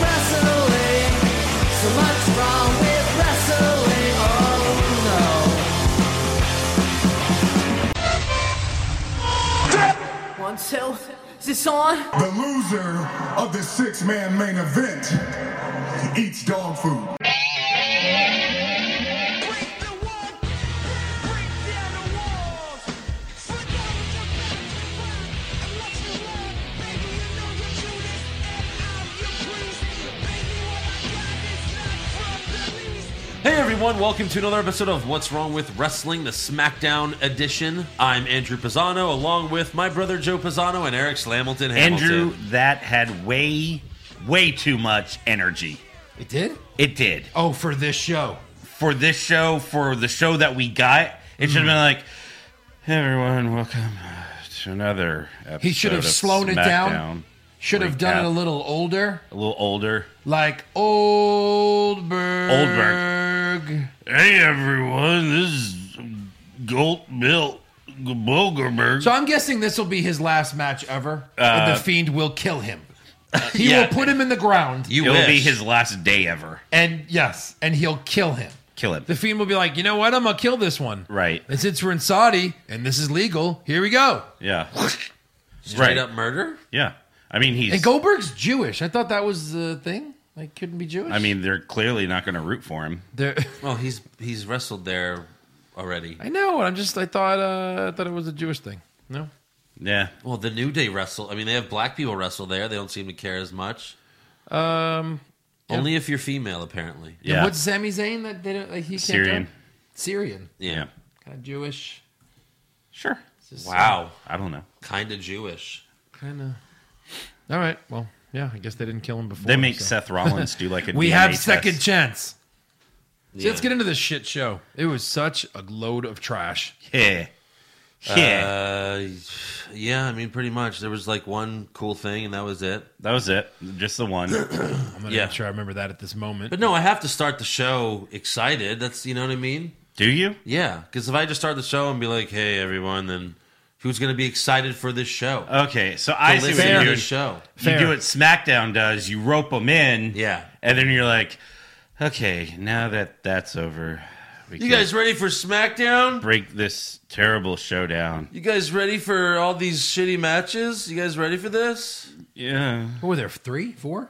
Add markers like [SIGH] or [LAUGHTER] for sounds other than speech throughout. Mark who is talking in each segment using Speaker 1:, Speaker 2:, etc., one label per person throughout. Speaker 1: Oh,
Speaker 2: So, is this on?
Speaker 3: The loser of the six man main event eats dog food.
Speaker 4: Break the wall, break down the walls. Fight all of your battles, fight unless you want. Baby, you know you're cutest, and I'm your priest. Baby, what I got is not from the least.
Speaker 5: Hey everyone, welcome to another episode of What's Wrong with Wrestling, the SmackDown edition. I'm Andrew Pisano, along with my brother Joe Pisano and Eric Slamilton Hamilton.
Speaker 6: Andrew, that had way, way too much energy.
Speaker 1: It did?
Speaker 6: It did.
Speaker 1: Oh, for this show.
Speaker 6: For this show, for the show that we got, it
Speaker 1: Mm-hmm.
Speaker 6: should have been like, hey everyone, welcome to another episode.
Speaker 1: He should have
Speaker 6: of
Speaker 1: slowed it
Speaker 6: SmackDown."
Speaker 1: down. Should have done
Speaker 6: Recap.
Speaker 1: it a little older.
Speaker 6: A little older.
Speaker 1: Like Oldberg. Oldberg.
Speaker 6: Hey everyone, this is Gold Bill Bulgerberg.
Speaker 1: So I'm guessing this will be his last match ever. and the Fiend will kill him. He
Speaker 6: Uh, yeah.
Speaker 1: will put him in the ground.
Speaker 5: you
Speaker 6: It'll be
Speaker 5: wish.
Speaker 6: his last day ever.
Speaker 1: and yes, and he'll kill him.
Speaker 6: Kill it.
Speaker 1: The Fiend will be like, you know what? I'm going to kill this one.
Speaker 6: Right.
Speaker 1: And since we're in Saudi and this is legal, here we go.
Speaker 6: Yeah.
Speaker 5: straight
Speaker 6: right.
Speaker 5: up murder.
Speaker 6: Yeah. I mean, he's.
Speaker 1: And Goldberg's Jewish. I thought that was the thing. Like, couldn't be Jewish.
Speaker 6: I mean, they're clearly not going to root for him.
Speaker 1: There- [LAUGHS]
Speaker 5: Well, he's he's wrestled there already.
Speaker 1: I know. I'm just. I thought. Uh, I thought it was a Jewish thing. No.
Speaker 6: Yeah.
Speaker 5: Well, the New Day wrestle. I mean, they have black people wrestle there. They don't seem to care as much.
Speaker 1: Um.
Speaker 5: Only if you're female, apparently.
Speaker 1: Yeah.
Speaker 6: Yeah.
Speaker 1: what's Sami Zayn that they don't like? He can't
Speaker 6: Syrian.
Speaker 1: do? Syrian.
Speaker 5: Yeah.
Speaker 6: Yeah.
Speaker 1: Kind of Jewish.
Speaker 6: Sure.
Speaker 5: Wow.
Speaker 6: Oh, I don't know.
Speaker 5: Kind of Jewish.
Speaker 1: Kind of. All right. Well. Yeah. I guess they didn't kill him before.
Speaker 6: They make
Speaker 1: so.
Speaker 6: Seth Rollins do like a.
Speaker 1: [LAUGHS] We
Speaker 6: DNA
Speaker 1: have
Speaker 6: test.
Speaker 1: second chance. So
Speaker 5: Yeah.
Speaker 1: let's get into this shit show. It was such a load of trash.
Speaker 6: Yeah. Yeah.
Speaker 5: Uh, yeah, I mean, pretty much. There was like one cool thing, and that was it.
Speaker 6: that was it. Just the
Speaker 1: [COUGHS]
Speaker 6: one.
Speaker 1: I'm gonna
Speaker 5: yeah.
Speaker 1: make sure I remember that at this moment.
Speaker 5: But no, I have to start the show excited. That's you know what I mean.
Speaker 6: do you?
Speaker 5: Yeah, because if I just start the show and be like, "Hey, everyone," then who's going to be excited for this show?
Speaker 6: Okay. So Oh, I
Speaker 5: To
Speaker 6: see
Speaker 5: listen
Speaker 6: what
Speaker 5: to
Speaker 6: you're doing.
Speaker 5: this show.
Speaker 6: You do what SmackDown does. You rope them in.
Speaker 5: Yeah.
Speaker 6: And then you're like, okay, now that that's over, we
Speaker 5: You
Speaker 6: can
Speaker 5: guys ready for SmackDown?
Speaker 6: break this terrible show down.
Speaker 5: You guys ready for all these shitty matches? You guys ready for this?
Speaker 6: Yeah.
Speaker 1: what were there three, four?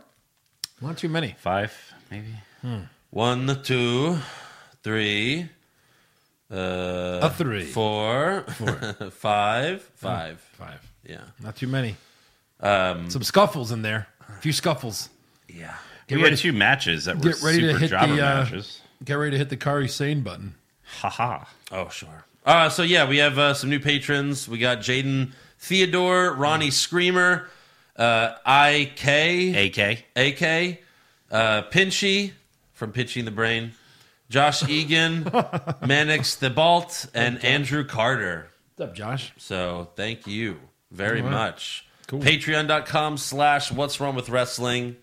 Speaker 1: Not too many.
Speaker 6: Five, maybe.
Speaker 5: One, two, three, uh,
Speaker 1: a three.
Speaker 5: four, [LAUGHS] five, five.
Speaker 1: Five.
Speaker 5: Yeah,
Speaker 1: Not too many. Um, Some scuffles in there. A few scuffles.
Speaker 5: yeah.
Speaker 6: we
Speaker 1: ready-
Speaker 6: had two matches that were
Speaker 1: get ready to
Speaker 6: super
Speaker 1: hit
Speaker 6: jobber
Speaker 1: the, uh,
Speaker 6: matches.
Speaker 1: Get ready to hit the Kari Sane button.
Speaker 6: Haha.
Speaker 5: Oh, sure. Uh, so yeah, we have uh, some new patrons. We got Jaden Theodore, Ronnie Screamer, uh, I.K.
Speaker 6: AK.
Speaker 5: AK, uh, Pinchy from Pinching the Brain, Josh Egan, Mannix Thibalt, and Andrew Carter.
Speaker 1: What's up, Josh?
Speaker 5: So thank you very much. Patreon.com slash what's wrong with wrestling.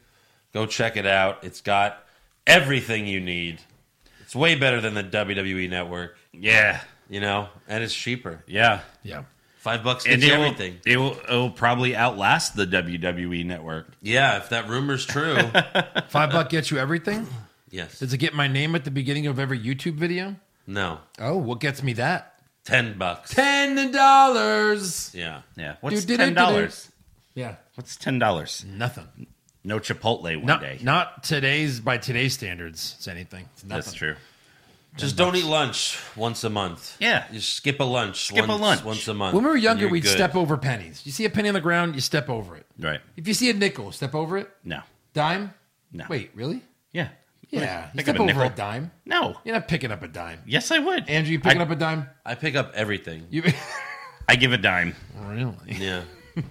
Speaker 5: Go check it out. It's got everything you need. It's way better than the WWE network,
Speaker 6: Yeah.
Speaker 5: you know, and it's cheaper.
Speaker 6: Yeah.
Speaker 1: Yeah.
Speaker 5: Five bucks
Speaker 6: And
Speaker 5: gets you
Speaker 6: it will,
Speaker 5: everything.
Speaker 6: it will it will probably outlast the WWE network.
Speaker 5: Yeah, if that rumor's true. [LAUGHS]
Speaker 1: Five buck gets you everything?
Speaker 5: yes.
Speaker 1: Does it get my name at the beginning of every YouTube video?
Speaker 5: No.
Speaker 1: Oh, what gets me that?
Speaker 5: Ten bucks.
Speaker 1: Ten dollars.
Speaker 5: Yeah.
Speaker 6: Yeah. What's
Speaker 1: Do-do-do-do-do.
Speaker 6: ten dollars?
Speaker 1: Yeah.
Speaker 6: What's ten dollars?
Speaker 1: Nothing.
Speaker 6: No Chipotle one
Speaker 1: Not,
Speaker 6: day.
Speaker 1: not today's by today's standards. It's anything. It's nothing.
Speaker 6: That's true.
Speaker 5: Just don't eat lunch once a month.
Speaker 6: Yeah.
Speaker 5: You skip a lunch.
Speaker 6: Skip a
Speaker 5: once,
Speaker 6: lunch.
Speaker 5: once a month.
Speaker 1: When we were younger,
Speaker 5: You're
Speaker 1: we'd
Speaker 5: good.
Speaker 1: step over pennies. You see a penny on the ground, you step over it.
Speaker 6: Right.
Speaker 1: If you see a nickel, step over it.
Speaker 6: No.
Speaker 1: Dime?
Speaker 6: No.
Speaker 1: Wait, really?
Speaker 6: Yeah.
Speaker 1: Yeah. You
Speaker 6: Pick
Speaker 1: step
Speaker 6: up a
Speaker 1: over
Speaker 6: nickel.
Speaker 1: a dime.
Speaker 6: No.
Speaker 1: You're not picking up a dime.
Speaker 6: Yes, I would.
Speaker 1: Andrew, you
Speaker 6: I,
Speaker 1: picking up a dime?
Speaker 5: I pick up
Speaker 1: [LAUGHS]
Speaker 5: everything.
Speaker 1: You
Speaker 6: I give a dime.
Speaker 1: Really?
Speaker 5: Yeah.
Speaker 1: [LAUGHS]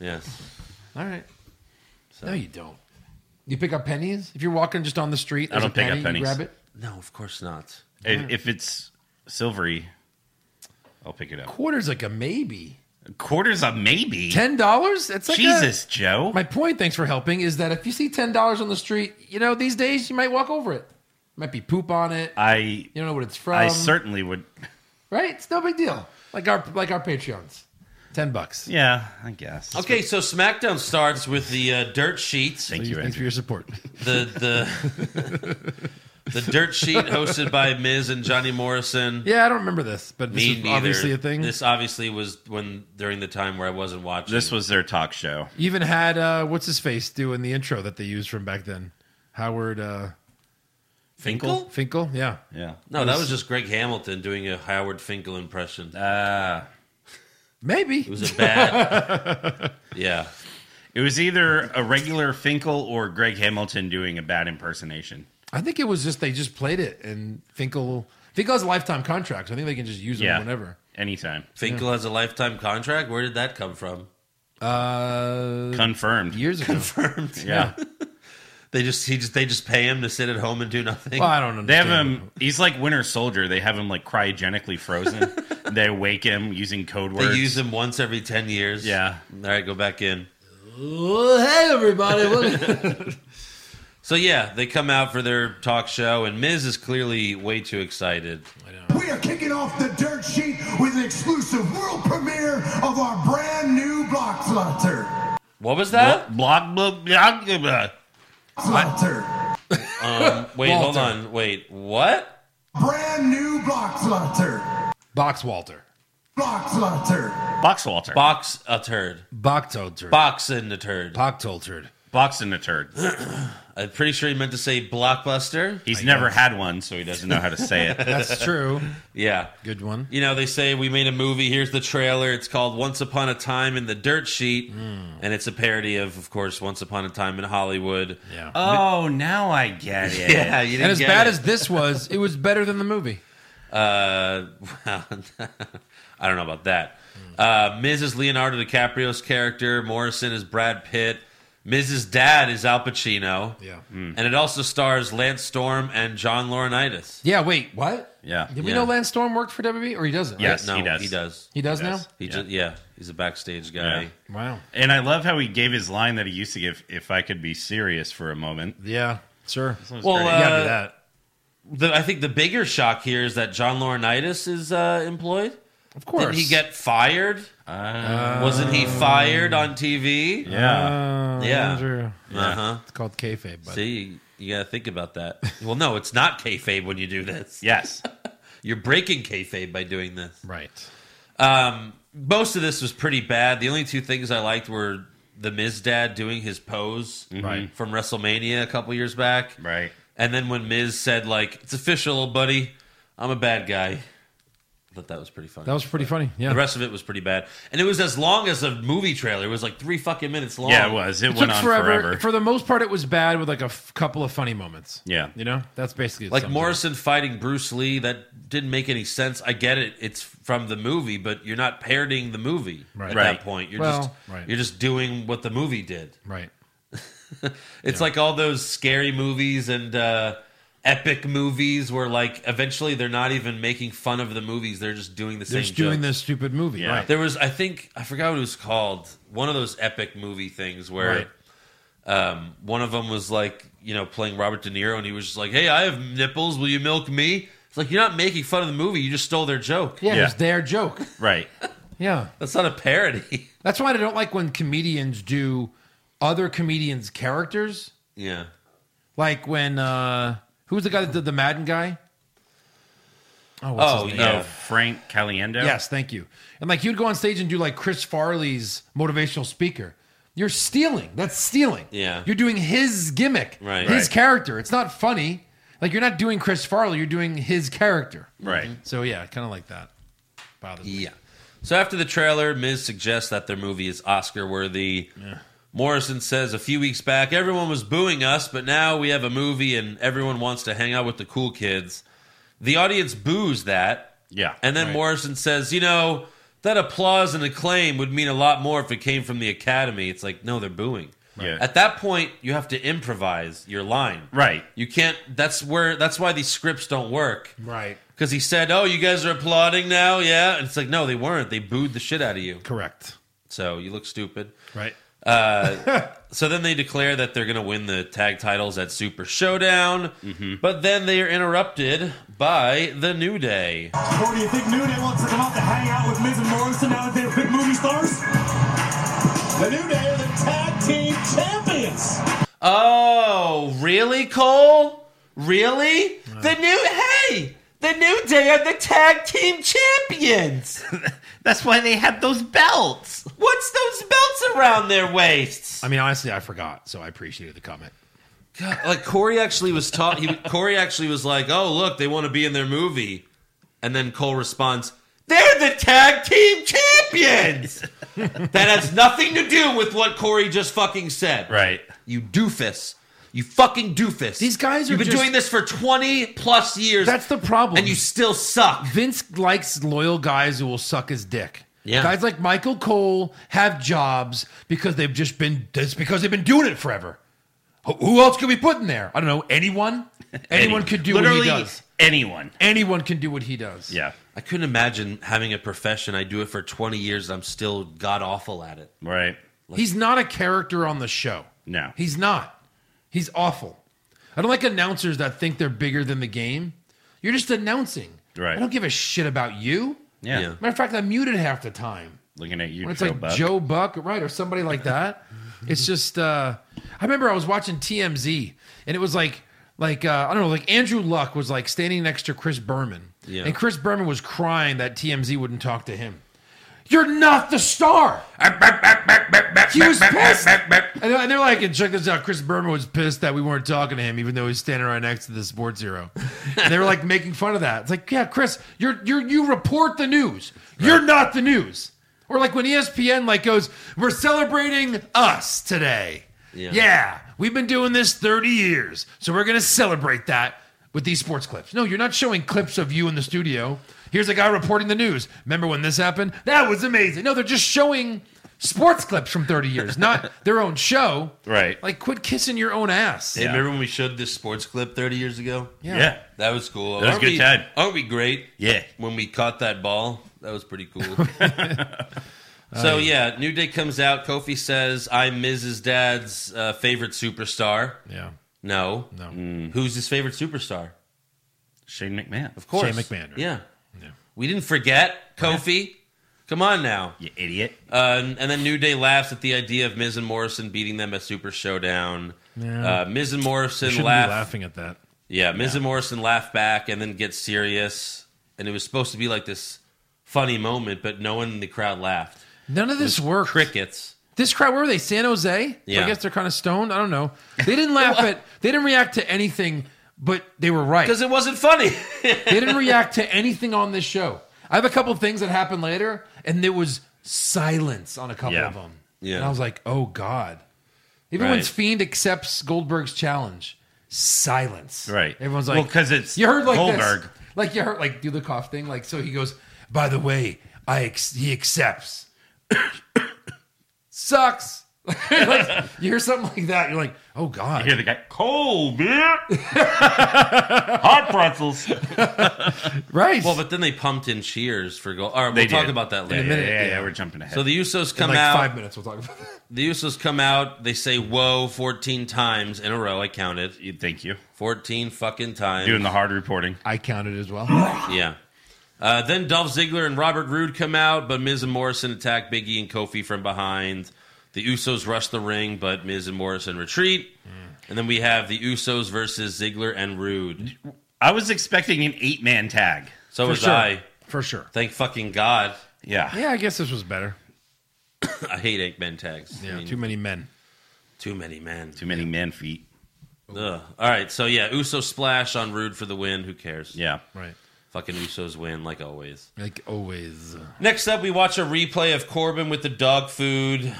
Speaker 5: yes.
Speaker 1: All right. No, you don't. You pick up pennies if you're walking just on the street.
Speaker 6: I
Speaker 1: there's
Speaker 6: don't
Speaker 1: a
Speaker 6: pick up
Speaker 1: penny,
Speaker 6: pennies.
Speaker 1: You grab it.
Speaker 5: No, of course not.
Speaker 6: If, if it's silvery, I'll pick it up.
Speaker 1: Quarters like a maybe.
Speaker 6: Quarters a maybe.
Speaker 1: Ten dollars? That's like a-
Speaker 6: Jesus, Joe.
Speaker 1: my point. Thanks for helping. Is that if you see ten dollars on the street, you know these days you might walk over it. Might be poop on it.
Speaker 6: I
Speaker 1: you don't know what it's from.
Speaker 6: I certainly would.
Speaker 1: right? It's no big deal. Like our like our Patreons, ten bucks.
Speaker 6: Yeah, I guess.
Speaker 5: Okay, so SmackDown starts with the uh, dirt sheets.
Speaker 6: Thank you,
Speaker 1: Thanks
Speaker 6: Andrew.
Speaker 1: for your support.
Speaker 5: The [LAUGHS] the The Dirt Sheet, hosted by Miz and Johnny Morrison.
Speaker 1: Yeah, I don't remember this, but this
Speaker 5: Me
Speaker 1: is
Speaker 5: neither.
Speaker 1: obviously a thing.
Speaker 5: This obviously was when during the time where I wasn't watching.
Speaker 6: This was their talk show.
Speaker 1: Even had uh, what's his face doing the intro that they used from back then. Howard uh,
Speaker 5: Finkel.
Speaker 1: Finkel, yeah.
Speaker 6: Yeah.
Speaker 5: No, that was just Greg Hamilton doing a Howard Finkel impression.
Speaker 6: Ah.
Speaker 1: Maybe
Speaker 5: It was a bad.
Speaker 1: [LAUGHS]
Speaker 5: yeah.
Speaker 6: It was either a regular Finkel or Greg Hamilton doing a bad impersonation.
Speaker 1: I think it was just they just played it and Finkel. Finkel has a lifetime contract, so I think they can just use it
Speaker 6: Yeah.
Speaker 1: whenever.
Speaker 6: Anytime.
Speaker 5: Finkel has a lifetime contract. Where did that come from?
Speaker 1: Uh,
Speaker 6: Confirmed.
Speaker 1: years ago.
Speaker 6: yeah.
Speaker 5: They just he just they just pay him to sit at home and do nothing.
Speaker 1: Well, I don't
Speaker 6: They have
Speaker 1: understand.
Speaker 6: him. He's like Winter Soldier. They have him like cryogenically frozen. they wake him using code
Speaker 5: they
Speaker 6: words.
Speaker 5: use him once every ten years.
Speaker 6: Yeah.
Speaker 5: All right, go back in.
Speaker 1: Well, hey everybody! [LAUGHS] What-
Speaker 5: So yeah, they come out for their talk show, and Miz is clearly way too excited.
Speaker 3: We are kicking off the dirt sheet with an exclusive world premiere of our brand new Blockflutter.
Speaker 5: What was that?
Speaker 6: Block, block, block, block.
Speaker 3: Flutter.
Speaker 5: Wait, hold
Speaker 1: Walter.
Speaker 5: on. Wait, what?
Speaker 3: Brand new Blockflutter.
Speaker 1: Box Walter,
Speaker 3: Blockflutter.
Speaker 6: Box Walter.
Speaker 5: Box a turd.
Speaker 1: Box Tolter,
Speaker 5: Box in a turd.
Speaker 1: Box Tolter.
Speaker 6: Box in a turd.
Speaker 5: I'm pretty sure he meant to say blockbuster.
Speaker 6: He's never had one, so he doesn't know how to say
Speaker 1: [LAUGHS]
Speaker 6: it.
Speaker 1: That's true.
Speaker 5: Yeah. [LAUGHS]
Speaker 1: Good one.
Speaker 5: You know, they say we made a movie. Here's the trailer. It's called Once Upon a Time in the Dirt Sheet,
Speaker 1: Hmm.
Speaker 5: and it's a parody of, of course, Once Upon a Time in Hollywood.
Speaker 1: Yeah.
Speaker 6: oh, now I [LAUGHS] get it.
Speaker 5: Yeah, you didn't
Speaker 1: and as
Speaker 5: get
Speaker 1: bad
Speaker 5: it.
Speaker 1: as this was, it was better than the movie.
Speaker 5: Uh, [LAUGHS] well, [LAUGHS] I don't know about that.
Speaker 1: Hmm.
Speaker 5: Uh, Miz is Leonardo DiCaprio's character. Morrison is Brad Pitt. Miz's dad is Al Pacino.
Speaker 1: [LAUGHS]
Speaker 5: Hmm.
Speaker 1: Yeah.
Speaker 5: And it also stars Lance Storm and John Laurinaitis.
Speaker 1: Yeah. Wait. What?
Speaker 6: Yeah.
Speaker 1: Did we
Speaker 5: Yeah.
Speaker 1: know Lance Storm worked for WWE or he doesn't?
Speaker 6: Yes.
Speaker 5: No,
Speaker 1: right?
Speaker 6: he does.
Speaker 5: He does.
Speaker 1: He does,
Speaker 6: does.
Speaker 5: He
Speaker 6: Yeah.
Speaker 5: ju- yeah, he's a backstage guy.
Speaker 6: Yeah.
Speaker 1: now. Wow.
Speaker 6: And I love how he gave his line that he used to give if I could be serious for a moment.
Speaker 1: Yeah. Sure.
Speaker 5: Well,
Speaker 6: great.
Speaker 1: you gotta
Speaker 5: uh,
Speaker 1: do that.
Speaker 5: The, I think the bigger shock here is that John Laurinaitis is uh, employed.
Speaker 1: Of course.
Speaker 5: Did he get fired? Wasn't he fired on TV?
Speaker 6: Uh, Yeah.
Speaker 1: Uh,
Speaker 5: Yeah.
Speaker 1: Andrew.
Speaker 5: Uh huh.
Speaker 1: It's called kayfabe. But
Speaker 5: See, you gotta think about that. well, no, it's not kayfabe when you do this.
Speaker 6: yes.
Speaker 5: You're breaking kayfabe by doing this.
Speaker 1: right.
Speaker 5: Um, most of this was pretty bad. The only two things I liked were the Miz dad doing his pose
Speaker 1: Right.
Speaker 5: from WrestleMania a couple years back,
Speaker 6: Right.
Speaker 5: and then when Miz said like, "It's official, buddy, I'm a bad guy." I thought that was pretty funny.
Speaker 1: That was pretty funny. Yeah.
Speaker 5: the rest of it was pretty bad, and it was as long as a movie trailer. It was like three fucking minutes long.
Speaker 6: Yeah, it was. It,
Speaker 1: it
Speaker 6: went
Speaker 1: took
Speaker 6: on
Speaker 1: forever.
Speaker 6: forever.
Speaker 1: For the most part, it was bad with like a f- couple of funny moments.
Speaker 6: Yeah.
Speaker 1: You know, that's basically it
Speaker 5: Like
Speaker 1: sums it up.
Speaker 5: Morrison fighting Bruce Lee, that didn't make any sense. I get it; it's from the movie, but you're not parodying the movie
Speaker 1: Right.
Speaker 5: at
Speaker 6: Right.
Speaker 5: that point. You're
Speaker 1: Well,
Speaker 5: just
Speaker 1: right.
Speaker 5: you're just doing what the movie did.
Speaker 1: Right.
Speaker 5: It's like all those scary movies and uh, epic movies where, like, eventually they're not even making fun of the movies; they're just doing the same.
Speaker 1: They're just doing
Speaker 5: jokes.
Speaker 1: this stupid movie.
Speaker 6: Yeah.
Speaker 1: Right.
Speaker 5: There was, I think, I forgot what it was called. One of those epic movie things where.
Speaker 1: Right.
Speaker 5: Um, one of them was like, you know, playing Robert De Niro, and he was just like, "Hey, I have nipples. Will you milk me?" It's like you're not making fun of the movie; you just stole their joke.
Speaker 1: Yeah,
Speaker 6: Yeah.
Speaker 1: It was
Speaker 5: [LAUGHS]
Speaker 1: their joke.
Speaker 6: Right.
Speaker 1: Yeah.
Speaker 5: That's not a parody. [LAUGHS]
Speaker 1: That's why I don't like when comedians do other comedians' characters.
Speaker 5: yeah,
Speaker 1: Like when uh who was the guy that did the Madden guy? Oh, what's
Speaker 5: Oh,
Speaker 1: his name?
Speaker 5: Yeah.
Speaker 6: Oh, Frank Caliendo?
Speaker 1: Yes, thank you. And like he would go on stage and do like Chris Farley's motivational speaker. You're stealing. That's stealing.
Speaker 5: Yeah.
Speaker 1: You're doing his gimmick,
Speaker 5: Right.
Speaker 1: his
Speaker 6: Right.
Speaker 1: character. It's not funny. Like you're not doing Chris Farley. You're doing his character.
Speaker 6: Right.
Speaker 1: So yeah, kind of like that. Bothers me.
Speaker 5: yeah. So after the trailer, Miz suggests that their movie is Oscar worthy. Morrison says a few weeks back, everyone was booing us, but now we have a movie and everyone wants to hang out with the cool kids. The audience boos that.
Speaker 6: Yeah.
Speaker 5: And then
Speaker 1: Right.
Speaker 5: Morrison says, you know, that applause and acclaim would mean a lot more if it came from the Academy. It's like, no, they're booing.
Speaker 6: Yeah.
Speaker 5: At that point, you have to improvise your line.
Speaker 6: Right.
Speaker 5: You can't that's where that's why these scripts don't work.
Speaker 1: Right.
Speaker 5: Because he said, Oh, you guys are applauding now, yeah? And it's like, no, they weren't. They booed the shit out of you.
Speaker 1: Correct.
Speaker 5: So you look stupid.
Speaker 1: Right.
Speaker 5: So then they declare that they're going to win the tag titles at Super Showdown,
Speaker 1: Mm-hmm.
Speaker 5: but then they are interrupted by the New Day.
Speaker 2: Or do you think New Day wants to come out to hang out with Miz and Morrison now that they're big movie stars? The New Day are the tag team champions.
Speaker 5: Oh, really, Cole? Really? The new hey, the new day are the tag team champions.
Speaker 6: That's why they had those belts.
Speaker 5: What's those belts around their waists?
Speaker 7: I mean, honestly, I forgot, so I appreciated the comment.
Speaker 5: God, like Corey actually was taught. He Corey actually was like, "Oh, look, they want to be in their movie," and then Cole responds, "They're the tag team champions." that has nothing to do with what Corey just fucking said.
Speaker 6: Right.
Speaker 5: You doofus. You fucking doofus.
Speaker 1: These guys are
Speaker 5: You've been
Speaker 1: just-
Speaker 5: doing this for twenty plus years.
Speaker 1: That's the problem.
Speaker 5: and you still suck.
Speaker 1: Vince likes loyal guys who will suck his dick.
Speaker 5: Yeah.
Speaker 1: Guys like Michael Cole have jobs because they've just been that's because they've been doing it forever. Who- Who else could we put in there? I don't know.
Speaker 6: [LAUGHS]
Speaker 1: Anyone? Anyone, could do what he
Speaker 6: Literally
Speaker 1: does.
Speaker 6: anyone.
Speaker 1: Anyone can do what he does.
Speaker 6: Yeah.
Speaker 5: I couldn't imagine having a profession. I do it for twenty years. I'm still god awful at it.
Speaker 6: Right.
Speaker 1: He's not a character on the show.
Speaker 6: No.
Speaker 1: He's not. He's awful. I don't like announcers that think they're bigger than the game. You're just announcing.
Speaker 6: Right.
Speaker 1: I don't give a shit about you.
Speaker 6: Yeah.
Speaker 5: Yeah.
Speaker 1: Matter of fact, I'm muted half the time.
Speaker 6: Looking at you,
Speaker 1: when it's
Speaker 6: Joe
Speaker 1: like
Speaker 6: Buck.
Speaker 1: Joe Buck, right, or somebody like that. it's just uh I remember I was watching TMZ and it was like like uh, I don't know, like Andrew Luck was like standing next to Chris Berman.
Speaker 5: Yeah.
Speaker 1: And Chris Berman was crying that TMZ wouldn't talk to him. You're not the star. He was pissed. And they're and they're like, and check this out. Chris Berman was pissed that we weren't talking to him, even though he's standing right next to the sports hero. And they were like making fun of that. It's like, yeah, Chris, you're you're you report the news. You're not the news. Or like when E ESPN like goes, we're celebrating us today.
Speaker 5: Yeah.
Speaker 1: yeah, we've been doing this 30 years, so we're gonna celebrate that with these sports clips. No, you're not showing clips of you in the studio. Here's a guy reporting the news. Remember when this happened? That was amazing. No, they're just showing sports clips from 30 years, not their own show.
Speaker 6: Right.
Speaker 1: Like, quit kissing your own ass.
Speaker 5: Hey, remember when we showed this sports clip 30 years ago?
Speaker 6: yeah.
Speaker 5: That was cool.
Speaker 6: was a
Speaker 5: Aren't
Speaker 6: good
Speaker 5: we-
Speaker 6: time.
Speaker 5: Aren't we great?
Speaker 6: Yeah.
Speaker 5: When we caught that ball, that was pretty [LAUGHS] cool. so, yeah, New Day comes out. Kofi says, I'm Miz's dad's uh, favorite superstar.
Speaker 1: Yeah.
Speaker 5: No.
Speaker 1: No.
Speaker 5: Who's his favorite superstar?
Speaker 6: Shane McMahon.
Speaker 5: Of course.
Speaker 1: Shane McMahon, right?
Speaker 5: Yeah. We didn't forget Kofi. Come on now.
Speaker 6: You idiot.
Speaker 5: Uh, and- and then New Day laughs at the idea of Miz and Morrison beating them at Super Showdown.
Speaker 1: Yeah.
Speaker 5: Uh, Miz and Morrison
Speaker 1: Shouldn't be
Speaker 5: laugh
Speaker 1: laughing at that.
Speaker 5: Yeah, Miz and Morrison laugh back and then get serious. And it was supposed to be like this funny moment, but no one in the crowd laughed.
Speaker 1: None of this worked.
Speaker 5: Crickets.
Speaker 1: This crowd, where were they? San Jose? So
Speaker 5: Yeah.
Speaker 1: I guess they're kind of stoned. I don't know. They didn't laugh at, they didn't react to anything, but they were right.
Speaker 5: Because it wasn't funny. [LAUGHS]
Speaker 1: they didn't react to anything on this show. I have a couple things that happened later, and there was silence on a couple
Speaker 6: Yeah.
Speaker 1: of them.
Speaker 5: Yeah.
Speaker 1: And I was like, oh, God. Even when
Speaker 5: Right.
Speaker 1: Fiend accepts Goldberg's challenge, silence.
Speaker 6: Right.
Speaker 1: Everyone's like,
Speaker 6: Well, 'cause it's
Speaker 1: you heard like
Speaker 6: Goldberg.
Speaker 1: This. Like you heard like do the cough thing. Like so he goes, by the way, I ex- he accepts. [COUGHS] Sucks. [LAUGHS] Like, you hear something like that, you're like, oh God.
Speaker 6: Here the guy. Cold,
Speaker 1: [LAUGHS]
Speaker 6: man. Hot pretzels.
Speaker 1: right.
Speaker 5: well, but then they pumped in cheers for gold. All right, we'll
Speaker 6: They
Speaker 5: talk
Speaker 6: did.
Speaker 5: about that
Speaker 6: Yeah,
Speaker 5: later.
Speaker 6: yeah,
Speaker 1: minute,
Speaker 6: yeah,
Speaker 1: yeah.
Speaker 6: We're jumping ahead.
Speaker 5: So the Usos
Speaker 1: in
Speaker 5: come
Speaker 1: like
Speaker 5: out.
Speaker 1: five minutes, we'll talk about that.
Speaker 5: The Usos come out. They say "whoa" fourteen times in a row. I counted
Speaker 6: You- Thank you.
Speaker 5: fourteen fucking times.
Speaker 6: Doing the hard reporting.
Speaker 1: I counted as well.
Speaker 5: Yeah. Uh, then Dolph Ziggler and Robert Roode come out, but Miz and Morrison attack Biggie and Kofi from behind. The Usos rush the ring, but Miz and Morrison retreat. And then we have the Usos versus Ziggler and Rude.
Speaker 6: I was expecting an eight man tag.
Speaker 5: So
Speaker 1: For
Speaker 5: was
Speaker 1: sure.
Speaker 5: I.
Speaker 1: For sure.
Speaker 5: Thank fucking God.
Speaker 6: Yeah.
Speaker 1: Yeah, I guess this was better.
Speaker 5: I hate eight men tags. I
Speaker 1: Yeah,
Speaker 5: mean,
Speaker 1: too
Speaker 5: too,
Speaker 1: many men.
Speaker 5: many men.
Speaker 6: Too many man feet.
Speaker 5: Ugh. All right, so yeah, Usos splash on Rude for the win. Who cares?
Speaker 6: Yeah.
Speaker 1: Right.
Speaker 5: Fucking Usos win, like always.
Speaker 1: Like always.
Speaker 5: Next up, we watch a replay of Corbin with the dog food.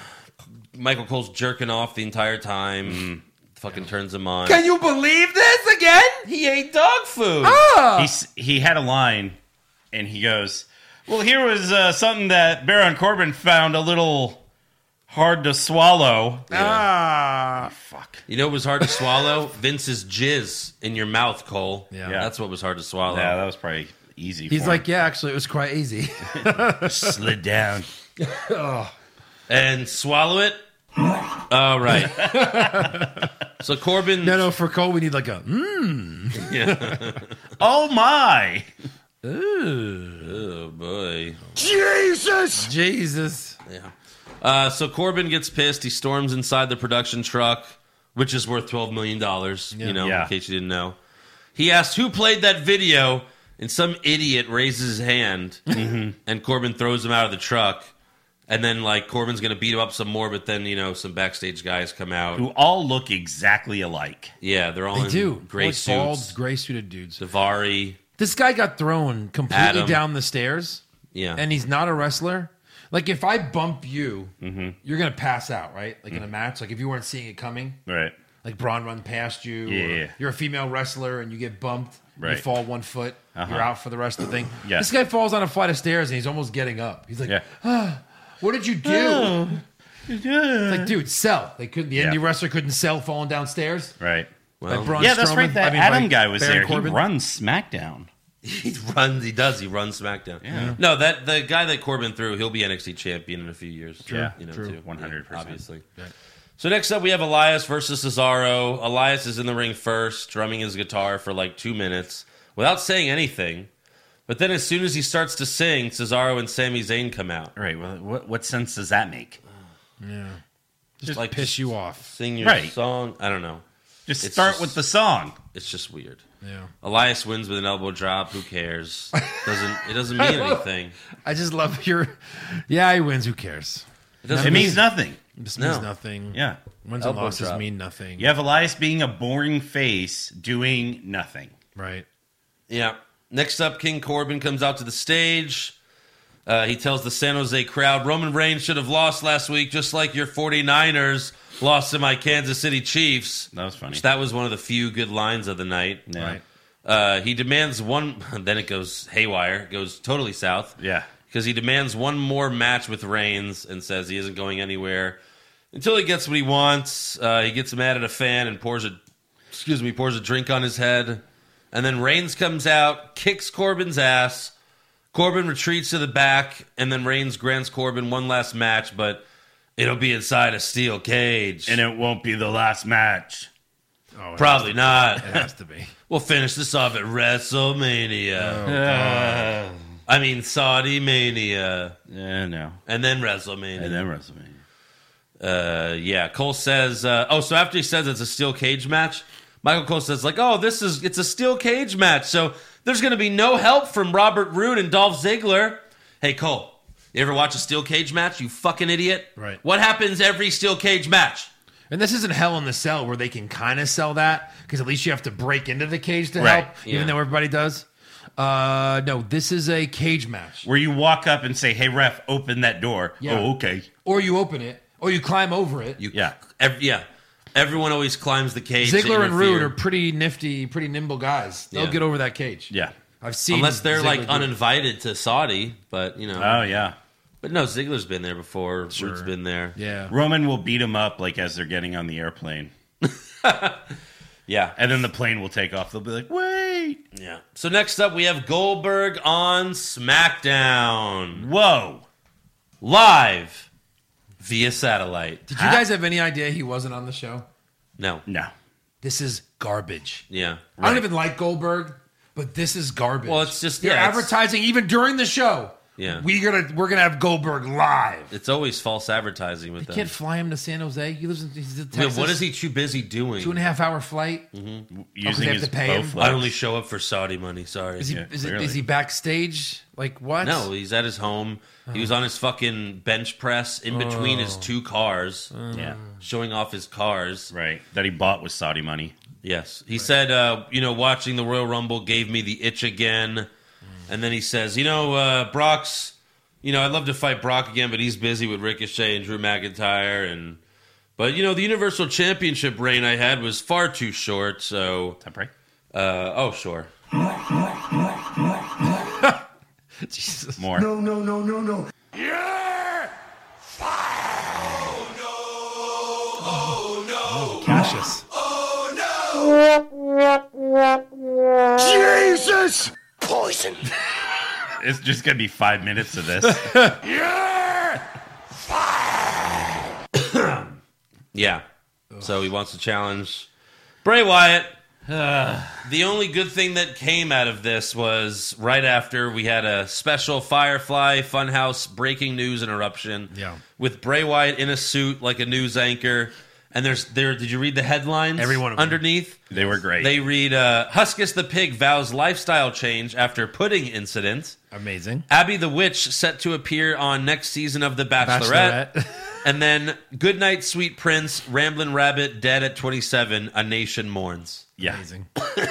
Speaker 5: Michael Cole's jerking off the entire time. Fucking turns him on.
Speaker 1: you believe this again?
Speaker 5: he ate dog food.
Speaker 1: Ah!
Speaker 6: He's, he had a line and he goes, Well, here was uh, something that Baron Corbin found a little hard to swallow.
Speaker 1: Ah.
Speaker 6: Fuck.
Speaker 5: You know what was hard to
Speaker 1: [LAUGHS]
Speaker 5: swallow? Vince's jizz in your mouth, Cole.
Speaker 1: Yeah.
Speaker 6: Yeah.
Speaker 5: That's what was hard to swallow.
Speaker 6: Yeah, that was probably easy.
Speaker 1: He's
Speaker 6: for
Speaker 1: like, yeah, actually, it was quite easy.
Speaker 6: him. slid down.
Speaker 5: And swallow it? All
Speaker 1: [LAUGHS]
Speaker 5: right. so Corbin.
Speaker 1: [LAUGHS] no, no, for Cole, we need like a, mm,
Speaker 6: Oh my!
Speaker 5: [LAUGHS] Oh, boy.
Speaker 3: Jesus!
Speaker 1: Jesus.
Speaker 5: Yeah. Uh, so Corbin gets pissed. He storms inside the production truck, which is worth twelve million dollars. You know,
Speaker 6: Yeah.
Speaker 5: in case you didn't know. He asked who played that video, and some idiot raises his hand,
Speaker 1: Mm-hmm.
Speaker 5: and Corbin throws him out of the truck. And then, like, Corbin's going to beat him up some more, but then, you know, some backstage guys come out.
Speaker 6: who all look exactly alike.
Speaker 5: Yeah, they're all
Speaker 1: They
Speaker 5: in
Speaker 1: do.
Speaker 5: gray
Speaker 1: like bald,
Speaker 5: suits.
Speaker 1: gray suited dudes.
Speaker 5: Davari.
Speaker 1: This guy got thrown completely
Speaker 5: Adam.
Speaker 1: down the stairs,
Speaker 5: Yeah.
Speaker 1: and he's not a wrestler. Like if I bump you,
Speaker 5: Mm-hmm.
Speaker 1: you're gonna pass out, right? Like in a match. Like if you weren't seeing it coming,
Speaker 6: Right.
Speaker 1: like Braun run past you. or
Speaker 6: Yeah.
Speaker 1: You're a female wrestler and you get bumped. You
Speaker 6: Right. Uh-huh.
Speaker 1: fall one foot. You're out for the rest of the thing.
Speaker 6: Yeah.
Speaker 1: This guy falls on a flight of stairs and he's almost getting up. He's like, [SIGHS]
Speaker 6: Yeah.
Speaker 1: "What did you do?" Oh. It's like, dude, sell. They couldn't. The
Speaker 6: Yeah.
Speaker 1: indie wrestler couldn't sell falling downstairs.
Speaker 6: Right.
Speaker 5: well,
Speaker 1: Braun
Speaker 6: yeah, that's
Speaker 1: Strowman-
Speaker 6: right. That
Speaker 1: I mean,
Speaker 6: Adam
Speaker 1: like
Speaker 6: guy was
Speaker 1: Baron
Speaker 6: there.
Speaker 1: Corbin.
Speaker 6: He runs SmackDown.
Speaker 5: He runs. He does. He runs SmackDown. No, that the guy that Corbin threw, he'll be NXT champion in a few years. True.
Speaker 6: Yeah,
Speaker 5: you know,
Speaker 6: true.
Speaker 5: too.
Speaker 6: 100%.
Speaker 5: Yeah, obviously. So next up, we have Elias versus Cesaro. Elias is in the ring first, drumming his guitar for like two minutes without saying anything. But then, as soon as he starts to sing, Cesaro and Sami Zayn come out.
Speaker 6: All right. Well, what, what sense does that make?
Speaker 1: just
Speaker 5: like-
Speaker 1: piss you off.
Speaker 5: Sing your
Speaker 6: Right.
Speaker 5: song. I don't know.
Speaker 6: Just
Speaker 5: It's
Speaker 6: start
Speaker 5: just-
Speaker 6: with the song.
Speaker 5: It's just weird.
Speaker 1: Yeah.
Speaker 5: Elias wins with an elbow drop. Who cares? Doesn't it doesn't
Speaker 6: [LAUGHS]
Speaker 5: mean anything?
Speaker 1: I just love your. Yeah, he wins. Who cares?
Speaker 5: It, doesn't
Speaker 6: It means nothing.
Speaker 1: This
Speaker 5: No.
Speaker 1: means nothing.
Speaker 6: Yeah.
Speaker 1: Wins
Speaker 5: Elbow
Speaker 1: and losses
Speaker 5: drop.
Speaker 1: mean nothing.
Speaker 6: You have Elias being a boring face doing nothing.
Speaker 1: Right.
Speaker 5: Yeah. Next up, King Corbin comes out to the stage. Uh, he tells the San Jose crowd Roman Reigns should have lost last week, just like your 49ers lost to my Kansas City Chiefs.
Speaker 6: That was funny.
Speaker 5: Which that was one of the few good lines of the night.
Speaker 6: Yeah.
Speaker 1: Right.
Speaker 5: Uh, he demands one, [LAUGHS] then it goes haywire, it goes totally south.
Speaker 6: Yeah.
Speaker 5: Because he demands one more match with Reigns and says he isn't going anywhere until he gets what he wants. Uh, he gets mad at a fan and pours a, excuse me, pours a drink on his head. And then Reigns comes out, kicks Corbin's ass. Corbin retreats to the back, and then Reigns grants Corbin one last match, but it'll be inside a steel cage.
Speaker 6: And it won't be the last match.
Speaker 1: Oh, it
Speaker 5: Probably not.
Speaker 1: has- it has to be.
Speaker 5: We'll finish this off at
Speaker 6: Oh,
Speaker 5: WrestleMania. I mean, Saudi Mania.
Speaker 6: Yeah, no.
Speaker 5: And then WrestleMania.
Speaker 6: And then WrestleMania.
Speaker 5: Uh, yeah, Cole says. Uh, oh, so after he says it's a steel cage match, Michael Cole says like, "Oh, this is it's a steel cage match." So there's going to be no help from Robert Roode and Dolph Ziggler. Hey, Cole, you ever watch a steel cage match? You fucking idiot!
Speaker 1: Right.
Speaker 5: What happens every steel cage match?
Speaker 1: And this isn't Hell in the Cell where they can kind of sell that because at least you have to break into the cage to
Speaker 6: Right,
Speaker 1: help,
Speaker 5: yeah.
Speaker 1: even though everybody does. Uh, no, this is a cage match.
Speaker 6: Where you walk up and say, hey, ref, open that door.
Speaker 1: Yeah.
Speaker 6: Oh, okay.
Speaker 1: Or you open it, or you climb over it.
Speaker 5: You
Speaker 6: Yeah.
Speaker 5: ev- yeah. Everyone always climbs the cage. to
Speaker 1: Ziggler and Rude
Speaker 5: interfere.
Speaker 1: are pretty nifty, pretty nimble guys. They'll
Speaker 5: Yeah.
Speaker 1: get over that cage.
Speaker 6: Yeah.
Speaker 1: I've seen
Speaker 5: unless they're
Speaker 1: Ziggler
Speaker 5: like
Speaker 1: do it.
Speaker 5: uninvited to Saudi. But you know,
Speaker 6: Oh, yeah.
Speaker 5: but no, Ziggler's been there before. Rude's been there.
Speaker 1: Yeah.
Speaker 6: Roman will beat him up like as they're getting on the airplane.
Speaker 5: yeah.
Speaker 6: And then the plane will take off. They'll be like, wait.
Speaker 5: Yeah. So next up, we have Goldberg on SmackDown
Speaker 6: Whoa.
Speaker 5: live via satellite.
Speaker 1: Did you guys have any idea he wasn't on the show?
Speaker 5: No.
Speaker 6: No.
Speaker 1: This is garbage.
Speaker 5: Yeah.
Speaker 1: I don't even like Goldberg, but this is garbage.
Speaker 5: Well, it's just-
Speaker 1: they're
Speaker 5: yeah, it's-
Speaker 1: advertising even during the show.
Speaker 5: Yeah.
Speaker 1: we're gonna we're gonna have Goldberg live.
Speaker 5: It's always false advertising with them.
Speaker 1: They can't fly him to San Jose. He lives in he's in
Speaker 5: Yeah,
Speaker 1: Texas.
Speaker 5: what is he Mm-hmm. too busy doing?
Speaker 1: Two and a half hour flight.
Speaker 6: Using
Speaker 1: they have
Speaker 6: his
Speaker 1: to pay him?
Speaker 6: bow flex.
Speaker 5: I only show up for Saudi money. Sorry.
Speaker 1: Is he
Speaker 6: Yeah,
Speaker 1: is, it,
Speaker 6: clearly.
Speaker 1: is he backstage? Like what?
Speaker 5: no, he's at his home.
Speaker 1: Uh.
Speaker 5: He was on his fucking bench press in between
Speaker 1: Oh.
Speaker 5: his two cars,
Speaker 1: Uh.
Speaker 6: Yeah.
Speaker 5: showing off his cars.
Speaker 6: Right. That he bought with Saudi money.
Speaker 5: Yes. He said, uh, you know, watching the Royal Rumble gave me the itch again. And then he says, you know, uh, Brock's, you know, I'd love to fight Brock again, but he's busy with Ricochet and Drew McIntyre. And, but, you know, the Universal Championship reign I had was far too short. So,
Speaker 6: Is that right?
Speaker 5: uh, oh, sure.
Speaker 1: Jesus.
Speaker 6: More.
Speaker 3: No, no, no, no, no.
Speaker 1: Cassius.
Speaker 3: Jesus!
Speaker 6: It's just going to be five minutes of this.
Speaker 1: [LAUGHS]
Speaker 5: Yeah. So he wants to challenge Bray Wyatt.
Speaker 1: [SIGHS] Ah.
Speaker 5: the only good thing that came out of this was right after we had a special Firefly Funhouse breaking news interruption.
Speaker 1: Yeah.
Speaker 5: With Bray Wyatt in a suit like a news anchor. And there's there. Did you read the headlines?
Speaker 1: Every one of them.
Speaker 5: underneath.
Speaker 6: They were great.
Speaker 5: They read uh, Huskus the pig vows lifestyle change after pudding incident.
Speaker 1: Amazing.
Speaker 5: Abby the witch set to appear on next season of The Bachelorette.
Speaker 1: Bachelorette.
Speaker 5: and then Goodnight Sweet Prince, Ramblin' Rabbit, dead at 27, A Nation Mourns.
Speaker 6: yeah,
Speaker 1: Amazing.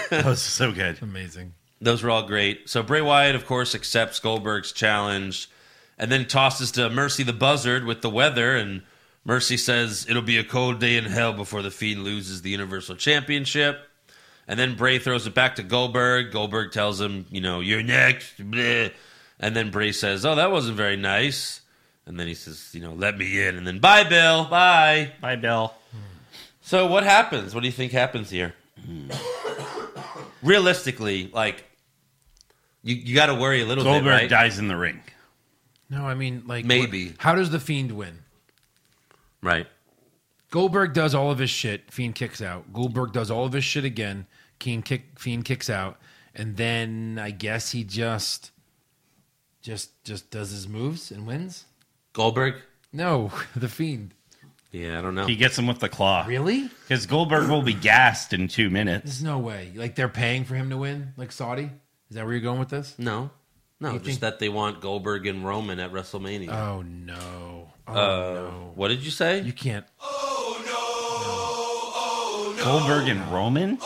Speaker 6: that was so good.
Speaker 1: Amazing.
Speaker 5: Those were all great. So Bray Wyatt, of course, accepts Goldberg's challenge and then tosses to Mercy the Buzzard with the weather. And Mercy says, It'll be a cold day in hell before the Fiend loses the Universal Championship. And then Bray throws it back to Goldberg. Goldberg tells him, You know, you're next. bleh. And then Bray says, Oh, that wasn't very nice. And then he says, You know, let me in. And then, Bye, Bill. Bye.
Speaker 6: Bye, Bill.
Speaker 5: So what happens? What do you think happens here? Realistically, like you, you got to worry a little
Speaker 6: Goldberg
Speaker 5: bit, right?
Speaker 6: dies in the ring.
Speaker 1: No, I mean, like,
Speaker 5: Maybe.
Speaker 1: what- how does the Fiend win?
Speaker 5: Right.
Speaker 1: Goldberg does all of his shit. Fiend kicks out. Goldberg does all of his shit again. Keen kick. Fiend kicks out, and then I guess he just, just, just does his moves and wins.
Speaker 5: Goldberg.
Speaker 1: No, [LAUGHS] the Fiend.
Speaker 5: Yeah, I don't know.
Speaker 6: He gets him with the claw.
Speaker 1: Really?
Speaker 6: Because Goldberg will be gassed in two minutes.
Speaker 1: There's no way. Like they're paying for him to win, like Saudi. Is that where you're going with this?
Speaker 5: no, no,
Speaker 1: You
Speaker 5: just
Speaker 1: think-
Speaker 5: that they want Goldberg and Roman at WrestleMania.
Speaker 1: Oh no. Oh
Speaker 5: Uh,
Speaker 1: no.
Speaker 5: what did you say?
Speaker 1: You can't.
Speaker 6: Goldberg and Roman?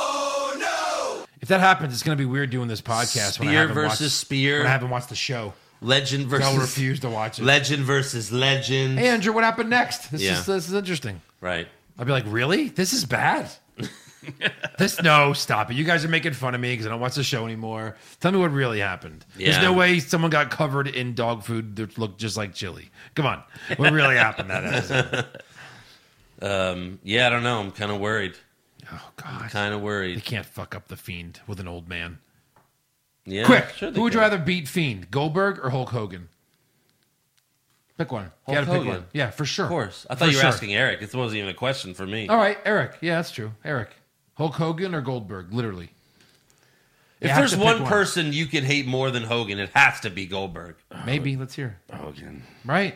Speaker 1: If that happens, it's gonna be weird doing this podcast. when I
Speaker 5: Spear
Speaker 1: haven't
Speaker 5: versus
Speaker 1: watched-
Speaker 5: spear.
Speaker 1: When I haven't watched the show.
Speaker 5: legend
Speaker 1: I'll
Speaker 5: versus
Speaker 1: refuse to watch it.
Speaker 5: legend versus legend.
Speaker 1: hey Andrew, what happened next? This
Speaker 5: Yeah.
Speaker 1: is this is interesting.
Speaker 5: Right.
Speaker 1: I'd be like, really? This
Speaker 5: [LAUGHS]
Speaker 1: is bad. this no, stop it. You guys are making fun of me because I don't watch the show anymore. Tell me what really happened. There's
Speaker 5: Yeah.
Speaker 1: no way someone got covered in dog food that looked just like chili. Come on, what really happened that episode?
Speaker 5: [LAUGHS] Yeah, I don't know. I'm kind of worried.
Speaker 1: Oh god,
Speaker 5: Kind of
Speaker 1: they
Speaker 5: worried.
Speaker 1: can't fuck up the fiend with an old man.
Speaker 5: Yeah.
Speaker 1: Quick,
Speaker 5: sure they
Speaker 1: who would you
Speaker 5: can.
Speaker 1: rather beat Fiend, Goldberg or Hulk Hogan? Pick one.
Speaker 5: Hulk
Speaker 1: you gotta pick
Speaker 5: Hogan.
Speaker 1: one. Yeah, for sure.
Speaker 5: Of course. I
Speaker 1: For
Speaker 5: thought you were
Speaker 1: sure.
Speaker 5: asking Eric. This wasn't even a question for me.
Speaker 1: All right, Eric. Yeah, that's true. Eric, Hulk Hogan or Goldberg? Literally. You
Speaker 5: If
Speaker 1: have
Speaker 5: there's
Speaker 1: to pick
Speaker 5: one person you can hate more than Hogan, it has to be Goldberg.
Speaker 1: maybe let's hear. it.
Speaker 6: Hogan.
Speaker 5: [LAUGHS]
Speaker 1: Right.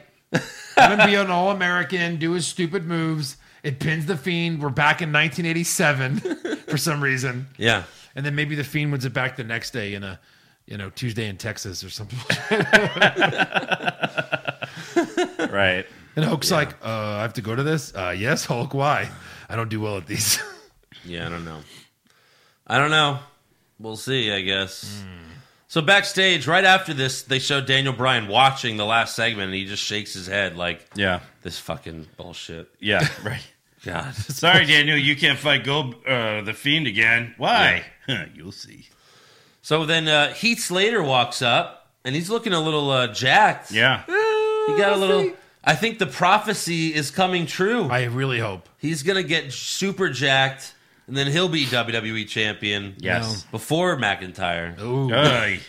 Speaker 1: Let him be an all-American. Do his stupid moves. It pins the Fiend. We're back
Speaker 5: [LAUGHS]
Speaker 1: in 1987 for some reason,
Speaker 5: Yeah.
Speaker 1: and then maybe the Fiend wins it back the next day in a, you know, Tuesday in Texas or something.
Speaker 6: Right.
Speaker 1: And Hulk's like, uh, I have to go to this? Uh, yes, Hulk, why? I don't do well at these. [LAUGHS]
Speaker 5: Yeah, I don't know. I don't know. We'll see, I guess.
Speaker 1: Hmm.
Speaker 5: So backstage, right after this, they show Daniel Bryan watching the last segment and he just shakes his head like
Speaker 6: Yeah.
Speaker 5: this fucking bullshit.
Speaker 1: [LAUGHS]
Speaker 6: Yeah. Right.
Speaker 5: God.
Speaker 6: Sorry, Daniel, you can't fight Gold uh, the Fiend again. Why? Huh, [LAUGHS] you'll see.
Speaker 5: so then uh, Heath Slater walks up and he's looking a little uh, jacked.
Speaker 6: Yeah.
Speaker 5: He got a little I think the prophecy is coming true.
Speaker 1: I really hope.
Speaker 5: He's going to get super jacked and then he'll be WWE champion.
Speaker 6: Yes.
Speaker 5: Before McIntyre.
Speaker 1: Ooh.
Speaker 6: Ay.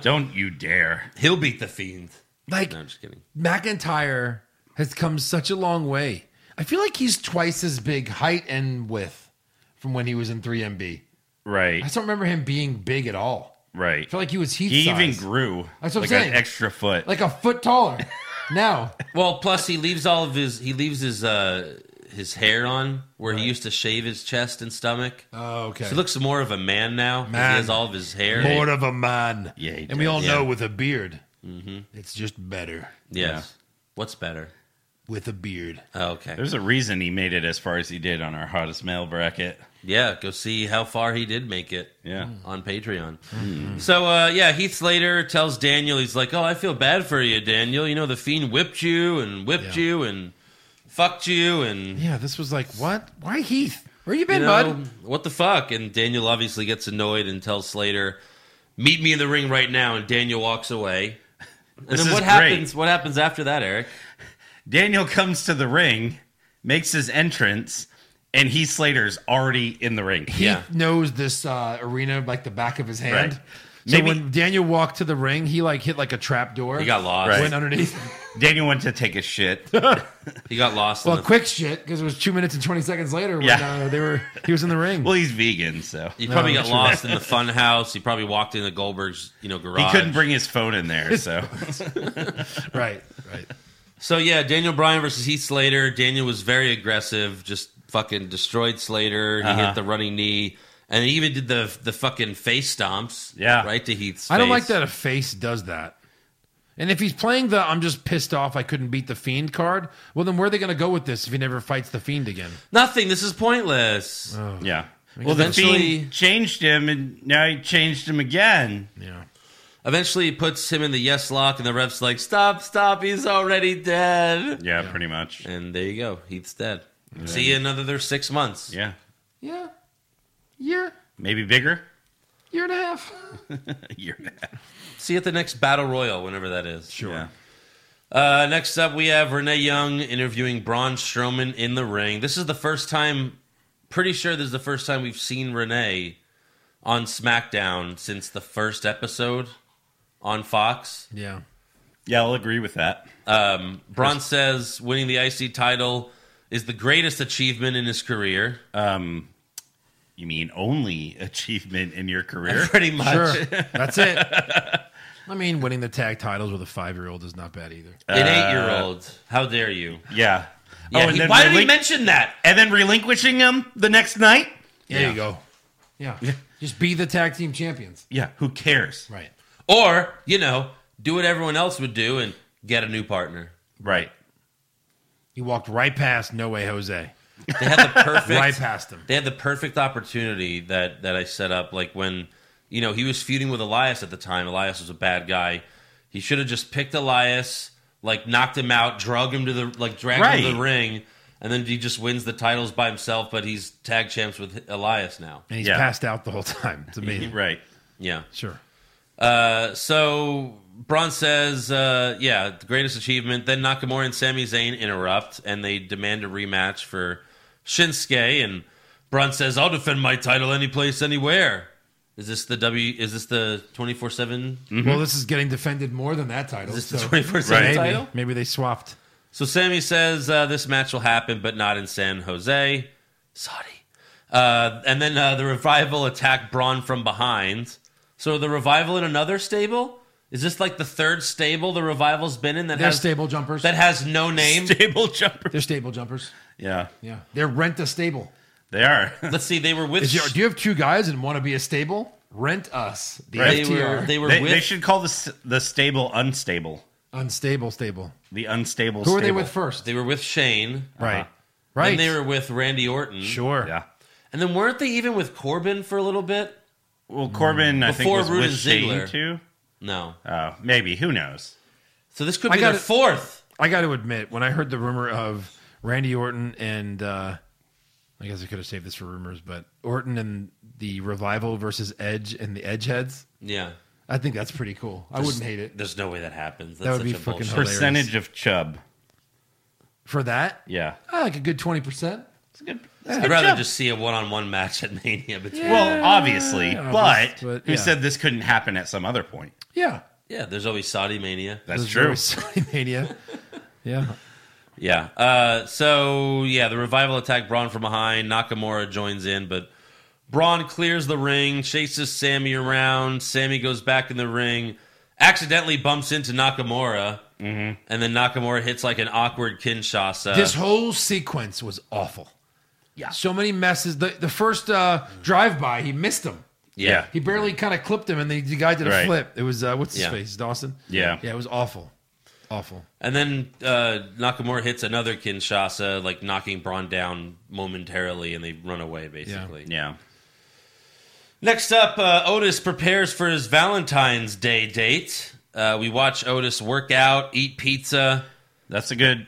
Speaker 6: don't you dare.
Speaker 5: He'll beat the Fiend.
Speaker 1: Like,
Speaker 5: No, I'm just kidding.
Speaker 1: McIntyre has come such a long way. I feel like he's twice as big height and width from when he was in 3MB. I
Speaker 6: Right.
Speaker 1: just don't remember him being big at all.
Speaker 6: Right.
Speaker 1: I feel like he was Heath
Speaker 6: he even
Speaker 1: size.
Speaker 6: grew
Speaker 1: That's what I'm
Speaker 6: like
Speaker 1: saying.
Speaker 6: an extra foot.
Speaker 1: like a foot taller
Speaker 6: [LAUGHS]
Speaker 1: now.
Speaker 5: Well, plus he leaves all of his he leaves his uh his hair on where he used to shave his chest and stomach.
Speaker 1: Oh, okay.
Speaker 5: So he looks more of a man now. 'cause
Speaker 1: Man.
Speaker 5: He has all of his hair.
Speaker 1: More of a man.
Speaker 6: Yeah, Mm-hmm. he
Speaker 1: and we
Speaker 6: does.
Speaker 1: all
Speaker 5: Yeah.
Speaker 1: know with a beard, it's just better
Speaker 5: Yes.
Speaker 6: Yeah.
Speaker 5: What's better?
Speaker 1: with a beard.
Speaker 5: Oh, okay.
Speaker 6: There's a reason he made it as far as he did on our hottest male bracket.
Speaker 5: yeah, go see how far he did make it.
Speaker 6: Yeah.
Speaker 1: Hmm.
Speaker 5: on Patreon. So uh, yeah, Heath Slater tells Daniel, he's like, "Oh, I feel bad for you, Daniel. You know the fiend whipped you and whipped
Speaker 1: Yeah.
Speaker 5: you and fucked you and
Speaker 1: Yeah, this was like, what? Why Heath? Where you been,
Speaker 5: you know,
Speaker 1: bud?
Speaker 5: what the fuck?" And Daniel obviously gets annoyed and tells Slater, "Meet me in the ring right now." And Daniel walks away. [LAUGHS] And
Speaker 6: This
Speaker 5: then
Speaker 6: is
Speaker 5: what
Speaker 6: great.
Speaker 5: happens? What happens after that, Eric?
Speaker 6: Daniel comes to the ring, makes his entrance, and Heath Slater's already in the ring.
Speaker 1: He
Speaker 5: Yeah.
Speaker 1: knows this uh, arena like the back of his hand.
Speaker 6: Right.
Speaker 1: So
Speaker 6: Maybe-
Speaker 1: when Daniel walked to the ring, he like hit like a trap door.
Speaker 5: He got lost.
Speaker 6: Right.
Speaker 1: went underneath.
Speaker 5: [LAUGHS]
Speaker 6: Daniel went to take a shit.
Speaker 5: He got lost. in
Speaker 1: well,
Speaker 5: the-
Speaker 1: quick shit because it was two minutes and twenty seconds later when
Speaker 6: Yeah.
Speaker 1: uh, they were he was in
Speaker 5: [LAUGHS]
Speaker 1: the ring.
Speaker 6: Well, he's vegan, so
Speaker 5: he probably
Speaker 1: No,
Speaker 5: got
Speaker 1: true.
Speaker 5: lost in the fun house. He probably walked into Goldberg's, you know, garage.
Speaker 6: he couldn't bring his phone in
Speaker 5: [LAUGHS]
Speaker 6: there. So
Speaker 1: right, right.
Speaker 5: So yeah, Daniel Bryan versus Heath Slater. Daniel was very aggressive, just fucking destroyed Slater. He
Speaker 6: Uh-huh.
Speaker 5: hit the running knee, and he even did the the fucking face stomps.
Speaker 6: Yeah.
Speaker 5: right to Heath's.
Speaker 1: I don't
Speaker 5: face.
Speaker 1: like that a face does that. And if he's playing the I'm just pissed off I couldn't beat the Fiend card, well, then where are they going to go with this if he never fights the Fiend again?
Speaker 5: Nothing. This is pointless.
Speaker 6: Yeah. Well, the
Speaker 5: eventually-
Speaker 6: Fiend changed him, and now he changed him again.
Speaker 1: Yeah.
Speaker 5: Eventually, he puts him in the yes lock, and the ref's like, "Stop! Stop! He's already dead."
Speaker 6: Yeah, pretty much.
Speaker 5: And there you go. Heath's dead. See you in another six months.
Speaker 6: Yeah.
Speaker 1: Yeah. Year,
Speaker 6: Maybe bigger. [LAUGHS]
Speaker 1: year and a half.
Speaker 6: You're
Speaker 5: See you at the next battle royal, whenever that is.
Speaker 6: sure.
Speaker 5: Uh, next up, we have Renee Young interviewing Braun Strowman in the ring. This is the first time, pretty sure this is the first time we've seen Renee on SmackDown since the first episode on Fox.
Speaker 1: Yeah.
Speaker 6: Yeah, I'll agree with that.
Speaker 5: Um, Braun says winning the IC title is the greatest achievement in his career. [LAUGHS]
Speaker 6: Um, you mean only [LAUGHS] achievement in your career?
Speaker 5: Pretty much.
Speaker 1: Sure. [LAUGHS] That's it. I mean, winning the tag titles with a five year old is not bad either.
Speaker 5: An eight year old. How dare you?
Speaker 6: yeah.
Speaker 5: Yeah,
Speaker 6: Uh, oh, and
Speaker 5: he-
Speaker 6: then
Speaker 5: why did he
Speaker 6: relin-
Speaker 5: mention that?
Speaker 6: and then relinquishing him the next night?
Speaker 1: There you go. Yeah. Just be the tag team champions.
Speaker 6: Yeah, who cares?
Speaker 1: Right.
Speaker 5: Or, you know, do what everyone else would do and get a new partner.
Speaker 6: Right.
Speaker 1: He walked right past No Way Jose.
Speaker 5: They had
Speaker 6: [LAUGHS]
Speaker 5: the perfect
Speaker 1: Right past him.
Speaker 5: They had the perfect opportunity that that I set up. Like when you know he was feuding with Elias at the time. Elias was a bad guy. He should have just picked Elias, like knocked him out, drug him to the like dragged him to the
Speaker 6: Right.
Speaker 5: ring, and then he just wins the titles by himself. But he's tag champs with Elias now.
Speaker 1: And he's
Speaker 6: Yeah.
Speaker 1: passed out the whole time.
Speaker 5: [LAUGHS]
Speaker 1: It's amazing.
Speaker 6: Right.
Speaker 5: Yeah.
Speaker 1: Sure.
Speaker 5: Uh, so Braun says, uh, "Yeah, the greatest achievement." Then Nakamura and Sami Zayn interrupt, and they demand a rematch for Shinsuke. And Braun says, "I'll defend my title any place, anywhere." Is this the W? Is this the twenty four seven?
Speaker 1: Well, this is getting defended more than that title.
Speaker 5: Is Mm-hmm. this the
Speaker 1: so
Speaker 5: twenty four seven
Speaker 6: Right.
Speaker 5: title?
Speaker 1: maybe, maybe they swapped.
Speaker 5: So Sammy says uh, this match will happen, but not in San Jose, Saudi. Uh, and then uh, the revival attack Braun from behind. So the revival in another stable is this like the third stable the revival's been in that
Speaker 1: They're
Speaker 5: has
Speaker 1: stable jumpers.
Speaker 5: that has no name.
Speaker 6: Stable jumper.
Speaker 1: They're [LAUGHS] stable jumpers.
Speaker 6: Yeah,
Speaker 1: Yeah. They're rent a stable.
Speaker 6: they are. [LAUGHS]
Speaker 5: Let's see, they were with
Speaker 1: Is your, do you have two guys and want to be a stable? Rent us. The
Speaker 6: Right.
Speaker 5: they
Speaker 1: FTR.
Speaker 5: were they were
Speaker 6: they,
Speaker 5: with
Speaker 6: they should call the s- the stable unstable.
Speaker 1: Unstable stable.
Speaker 6: The unstable.
Speaker 1: Who are they
Speaker 6: stable.
Speaker 1: with first?
Speaker 5: they were with Shane.
Speaker 6: Uh-huh.
Speaker 1: right.
Speaker 5: Right.
Speaker 1: Right.
Speaker 5: And they were with Randy Orton.
Speaker 1: sure.
Speaker 6: Yeah.
Speaker 5: And then weren't they even with Corbin for a little bit?
Speaker 6: Well, Corbin, I think
Speaker 5: Before
Speaker 6: was
Speaker 5: Rude
Speaker 6: with
Speaker 5: and
Speaker 6: Shane
Speaker 5: Ziggler.
Speaker 6: too.
Speaker 5: No.
Speaker 6: Oh, maybe. Who knows?
Speaker 5: So this could
Speaker 1: I
Speaker 5: be their
Speaker 1: gotta-
Speaker 5: fourth.
Speaker 1: I got to admit, when I heard the rumor of Randy Orton and uh, I guess I could have saved this for rumors, but Orton and the revival versus Edge and the Edge heads,
Speaker 5: Yeah.
Speaker 1: I think that's pretty cool. I wouldn't hate it
Speaker 5: There's no way that happens. That's
Speaker 1: That would
Speaker 5: such
Speaker 1: be
Speaker 5: a
Speaker 1: fucking
Speaker 5: bullshit.
Speaker 1: hilarious.
Speaker 6: Percentage of Chubb.
Speaker 1: for that.
Speaker 6: Yeah.
Speaker 1: I like a good twenty percent.
Speaker 6: It's a good.
Speaker 5: I'd rather just see a one-on-one match at Mania between. Yeah,
Speaker 6: Well, obviously, but,
Speaker 1: obvious, but
Speaker 6: who
Speaker 1: yeah.
Speaker 6: said this couldn't happen at some other point?
Speaker 1: Yeah,
Speaker 5: there's always Saudi Mania.
Speaker 6: That's
Speaker 1: There's [LAUGHS]
Speaker 6: true.
Speaker 1: always Saudi Mania. Yeah,
Speaker 5: Yeah. Uh, so yeah, the revival attack Braun from behind. Nakamura joins in, but Braun clears the ring, chases Sammy around. Sammy goes back in the ring, accidentally bumps into Nakamura, and then Nakamura hits like an awkward
Speaker 6: Uh,
Speaker 5: Kinshasa.
Speaker 1: this whole sequence was awful. Yeah, so many messes. The the first uh, drive by, he missed him.
Speaker 5: yeah.
Speaker 1: He barely kind of clipped him, and the, the guy did a
Speaker 6: Right.
Speaker 1: flip. It was uh, what's his
Speaker 5: Yeah.
Speaker 1: face, Dawson.
Speaker 6: Yeah.
Speaker 1: yeah, it was awful, awful.
Speaker 5: And then uh, Nakamura hits another Kinshasa, like knocking Braun down momentarily, and they run away basically.
Speaker 6: Yeah.
Speaker 5: Next up, uh, Otis prepares for his Valentine's Day date. Uh, we watch Otis work out, eat pizza.
Speaker 6: That's a good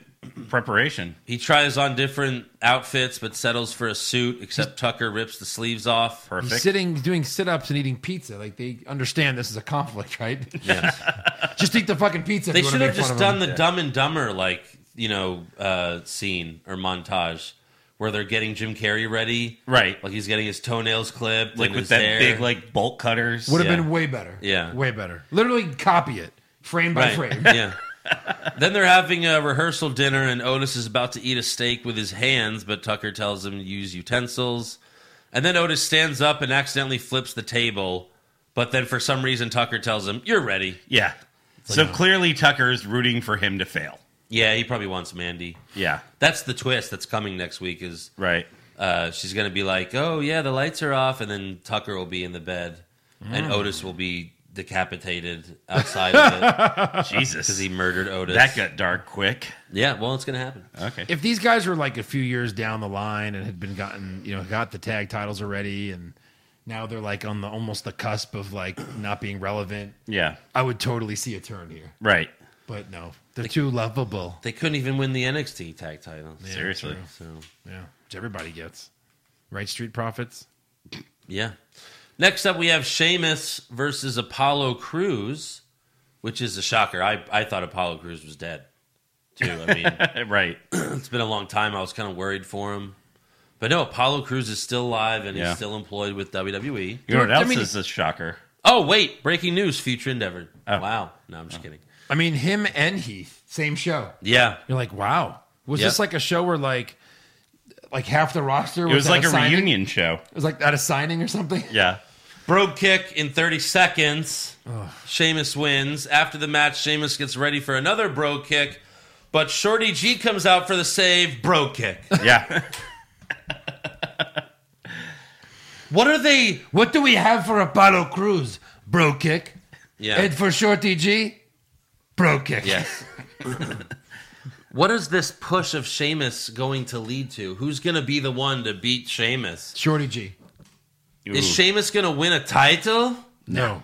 Speaker 6: preparation.
Speaker 5: He tries on different outfits, but settles for a suit, except Tucker rips the sleeves off.
Speaker 6: Perfect.
Speaker 1: He's sitting, doing sit ups and eating pizza. Like they understand this is a conflict, right?
Speaker 5: Yes.
Speaker 1: [LAUGHS] just eat the fucking pizza. if
Speaker 5: They
Speaker 1: you wanna
Speaker 5: should have
Speaker 1: make fun
Speaker 5: just
Speaker 1: of
Speaker 5: done
Speaker 1: him.
Speaker 5: the Dumb and Dumber, like, you know, uh, scene or montage where they're getting Jim Carrey ready.
Speaker 6: Right.
Speaker 5: Like he's getting his toenails clipped.
Speaker 6: like
Speaker 5: and
Speaker 6: with
Speaker 5: his
Speaker 6: that
Speaker 5: hair.
Speaker 6: big like bolt cutters.
Speaker 1: Would have
Speaker 5: yeah.
Speaker 1: been way better.
Speaker 5: Yeah.
Speaker 1: way better. Literally copy it frame by
Speaker 5: Right.
Speaker 1: frame.
Speaker 5: [LAUGHS]
Speaker 1: [LAUGHS]
Speaker 5: yeah. Then they're having a rehearsal dinner, and Otis is about to eat a steak with his hands, but Tucker tells him to use utensils. And then Otis stands up and accidentally flips the table, but then for some reason Tucker tells him, "You're ready."
Speaker 6: yeah. So clearly Tucker's rooting for him to fail.
Speaker 5: Yeah, he probably wants Mandy.
Speaker 6: Yeah.
Speaker 5: That's the twist that's coming next week. Is
Speaker 6: Right.
Speaker 5: uh, she's gonna be like, "Oh yeah, the lights are off," and then Tucker will be in the bed,
Speaker 1: Mm.
Speaker 5: and Otis will be decapitated outside
Speaker 1: [LAUGHS]
Speaker 5: of it
Speaker 6: Jesus.
Speaker 5: because he murdered Otis.
Speaker 6: that got dark quick.
Speaker 5: yeah, well, it's gonna happen.
Speaker 6: Okay.
Speaker 1: If these guys were like a few years down the line and had been gotten, you know, got the tag titles already, and now they're like on the almost the cusp of like not being relevant,
Speaker 6: yeah.
Speaker 1: I would totally see a turn here.
Speaker 6: Right.
Speaker 1: But no, they're too lovable.
Speaker 5: They couldn't even win the NXT tag titles.
Speaker 6: Seriously.
Speaker 5: So
Speaker 1: Yeah, which everybody gets. Right, Street Profits.
Speaker 5: yeah. Next up, we have Sheamus versus Apollo Cruz, which is a shocker. I I thought Apollo Cruz was dead too. I mean.
Speaker 6: [LAUGHS] Right.
Speaker 5: it's been a long time. I was kind of worried for him. But no, Apollo Cruz is still alive and
Speaker 6: Yeah.
Speaker 5: he's still employed with WWE.
Speaker 6: You know what
Speaker 1: I
Speaker 6: else
Speaker 1: mean-
Speaker 6: is a shocker?
Speaker 5: Oh, wait. Breaking news, future endeavor.
Speaker 6: Oh.
Speaker 5: Wow. No, I'm just kidding.
Speaker 1: I mean, him and Heath, same show.
Speaker 5: Yeah.
Speaker 1: You're like, wow, was
Speaker 5: Yeah.
Speaker 1: this like a show where like, like half the roster?
Speaker 6: It was
Speaker 1: at
Speaker 6: like a
Speaker 1: signing?
Speaker 6: reunion show.
Speaker 1: It was like at a signing or something.
Speaker 6: Yeah.
Speaker 5: Brogue kick in 30 seconds. Sheamus wins. After the match, Sheamus gets ready for another brogue kick, but Shorty G comes out for the save. Brogue kick.
Speaker 6: [LAUGHS] Yeah.
Speaker 5: what are they?
Speaker 1: What do we have for Apollo Cruz? Bro kick.
Speaker 5: Yeah.
Speaker 1: And for Shorty G, bro kick. [LAUGHS]
Speaker 5: Yes. [LAUGHS] what is this push of Sheamus going to lead to? Who's going to be the one to beat Sheamus?
Speaker 1: Shorty G.
Speaker 5: Is
Speaker 6: Ooh.
Speaker 5: Sheamus going to win a title?
Speaker 1: No.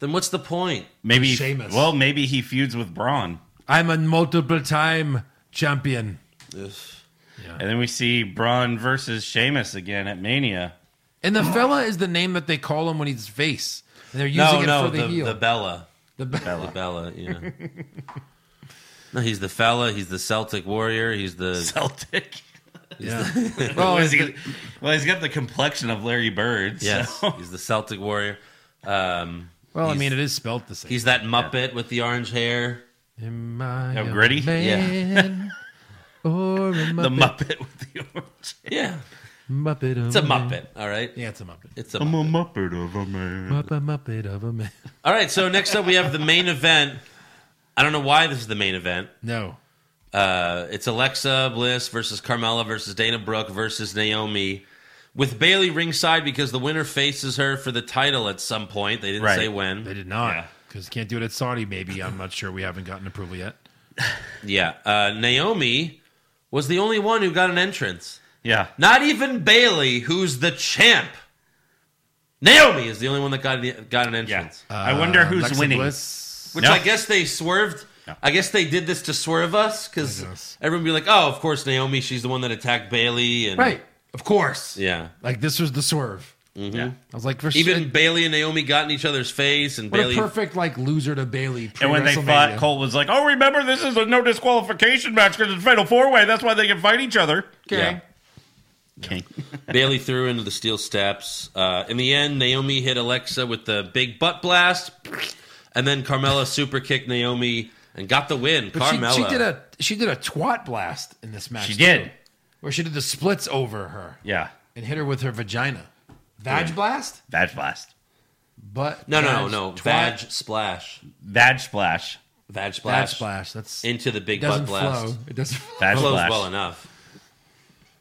Speaker 5: Then what's the point?
Speaker 6: Maybe.
Speaker 1: Sheamus.
Speaker 6: Well, maybe he feuds with Braun.
Speaker 1: I'm a multiple time champion.
Speaker 6: And then we see Braun versus Sheamus again at Mania.
Speaker 1: And the fella is the name that they call him when he's face. And they're using
Speaker 5: No,
Speaker 1: it
Speaker 5: no,
Speaker 1: for the,
Speaker 5: the,
Speaker 1: heel.
Speaker 5: the Bella.
Speaker 1: The be-
Speaker 5: The Bella, yeah. no, he's the fella. He's the Celtic warrior. He's the.
Speaker 6: [LAUGHS] Celtic.
Speaker 1: well,
Speaker 6: Is he- well, he's got the complexion of Larry Bird. so- [LAUGHS]
Speaker 5: Yes, he's the Celtic warrior. Um,
Speaker 1: well I
Speaker 5: he's-
Speaker 1: mean, it is spelt the same.
Speaker 5: he's that Muppet with the orange hair.
Speaker 1: Am I
Speaker 6: Oh,
Speaker 1: a
Speaker 6: Gritty?
Speaker 1: man [LAUGHS] or a
Speaker 6: The
Speaker 1: Muppet?
Speaker 6: Muppet with the orange.
Speaker 5: Yeah,
Speaker 1: Muppet of
Speaker 5: it's a
Speaker 1: man.
Speaker 5: Muppet. All right,
Speaker 1: Mm-hmm. Yeah, it's a Muppet.
Speaker 5: it's a Muppet.
Speaker 6: Muppet of a man.
Speaker 1: Muppet, Muppet of a man. [LAUGHS]
Speaker 5: All right, so next up we have the main event. I don't know why this is the main event.
Speaker 1: No.
Speaker 5: Uh, it's Alexa Bliss versus Carmella versus Dana Brooke versus Naomi with Bailey ringside because the winner faces her for the title at some point. They didn't
Speaker 6: Right.
Speaker 5: say when.
Speaker 1: They did not.
Speaker 6: Yeah.
Speaker 1: Because can't do it at Saudi, maybe. I'm not sure. We haven't gotten approval yet.
Speaker 5: Yeah. Uh, Naomi was the only one who got an entrance.
Speaker 6: Yeah.
Speaker 5: Not even Bailey, who's the champ. Naomi is the only one that got, got an
Speaker 6: Yeah.
Speaker 5: entrance.
Speaker 6: I wonder
Speaker 1: Uh,
Speaker 6: who's
Speaker 1: Alexa
Speaker 6: winning.
Speaker 1: Bliss.
Speaker 5: Which
Speaker 6: No.
Speaker 5: I guess they swerved.
Speaker 6: No.
Speaker 5: I guess they did this to swerve us because
Speaker 1: I guess.
Speaker 5: everyone would be like, oh, of course, Naomi, she's the one that attacked Bailey. And,
Speaker 1: Right. Of course.
Speaker 5: Yeah.
Speaker 1: Like, this was the swerve.
Speaker 6: Yeah.
Speaker 1: I was like, for
Speaker 5: Even
Speaker 1: shit,
Speaker 5: Bailey and Naomi got in each other's face, and
Speaker 1: what
Speaker 5: Bailey.
Speaker 1: a perfect, like, loser to Bailey.
Speaker 6: And when they fought, Cole was like, "Oh, remember this is a no disqualification match because it's fatal four way. That's why they can fight each other."
Speaker 5: Yeah.
Speaker 6: Okay.
Speaker 5: Bailey threw into the steel steps. Uh, in the end, Naomi hit Alexa with the big butt blast, and then Carmella super kicked Naomi and got the win.
Speaker 1: But
Speaker 5: Carmella,
Speaker 1: she, she did a she did a twat blast in this match.
Speaker 6: She
Speaker 1: too,
Speaker 6: did.
Speaker 1: where she did the splits over her
Speaker 6: Yeah.
Speaker 1: and hit her with her vagina. Vag blast,
Speaker 6: Vag blast.
Speaker 1: but
Speaker 5: no, no,
Speaker 1: vag,
Speaker 5: no,
Speaker 1: twat,
Speaker 5: vag splash,
Speaker 6: Vag splash.
Speaker 5: vag
Speaker 1: vag
Speaker 5: splash,
Speaker 1: splash. That's it
Speaker 5: into the big butt
Speaker 1: doesn't
Speaker 5: blast.
Speaker 1: flow. It doesn't flow.
Speaker 6: Vag
Speaker 5: Flows
Speaker 6: splash.
Speaker 5: well enough.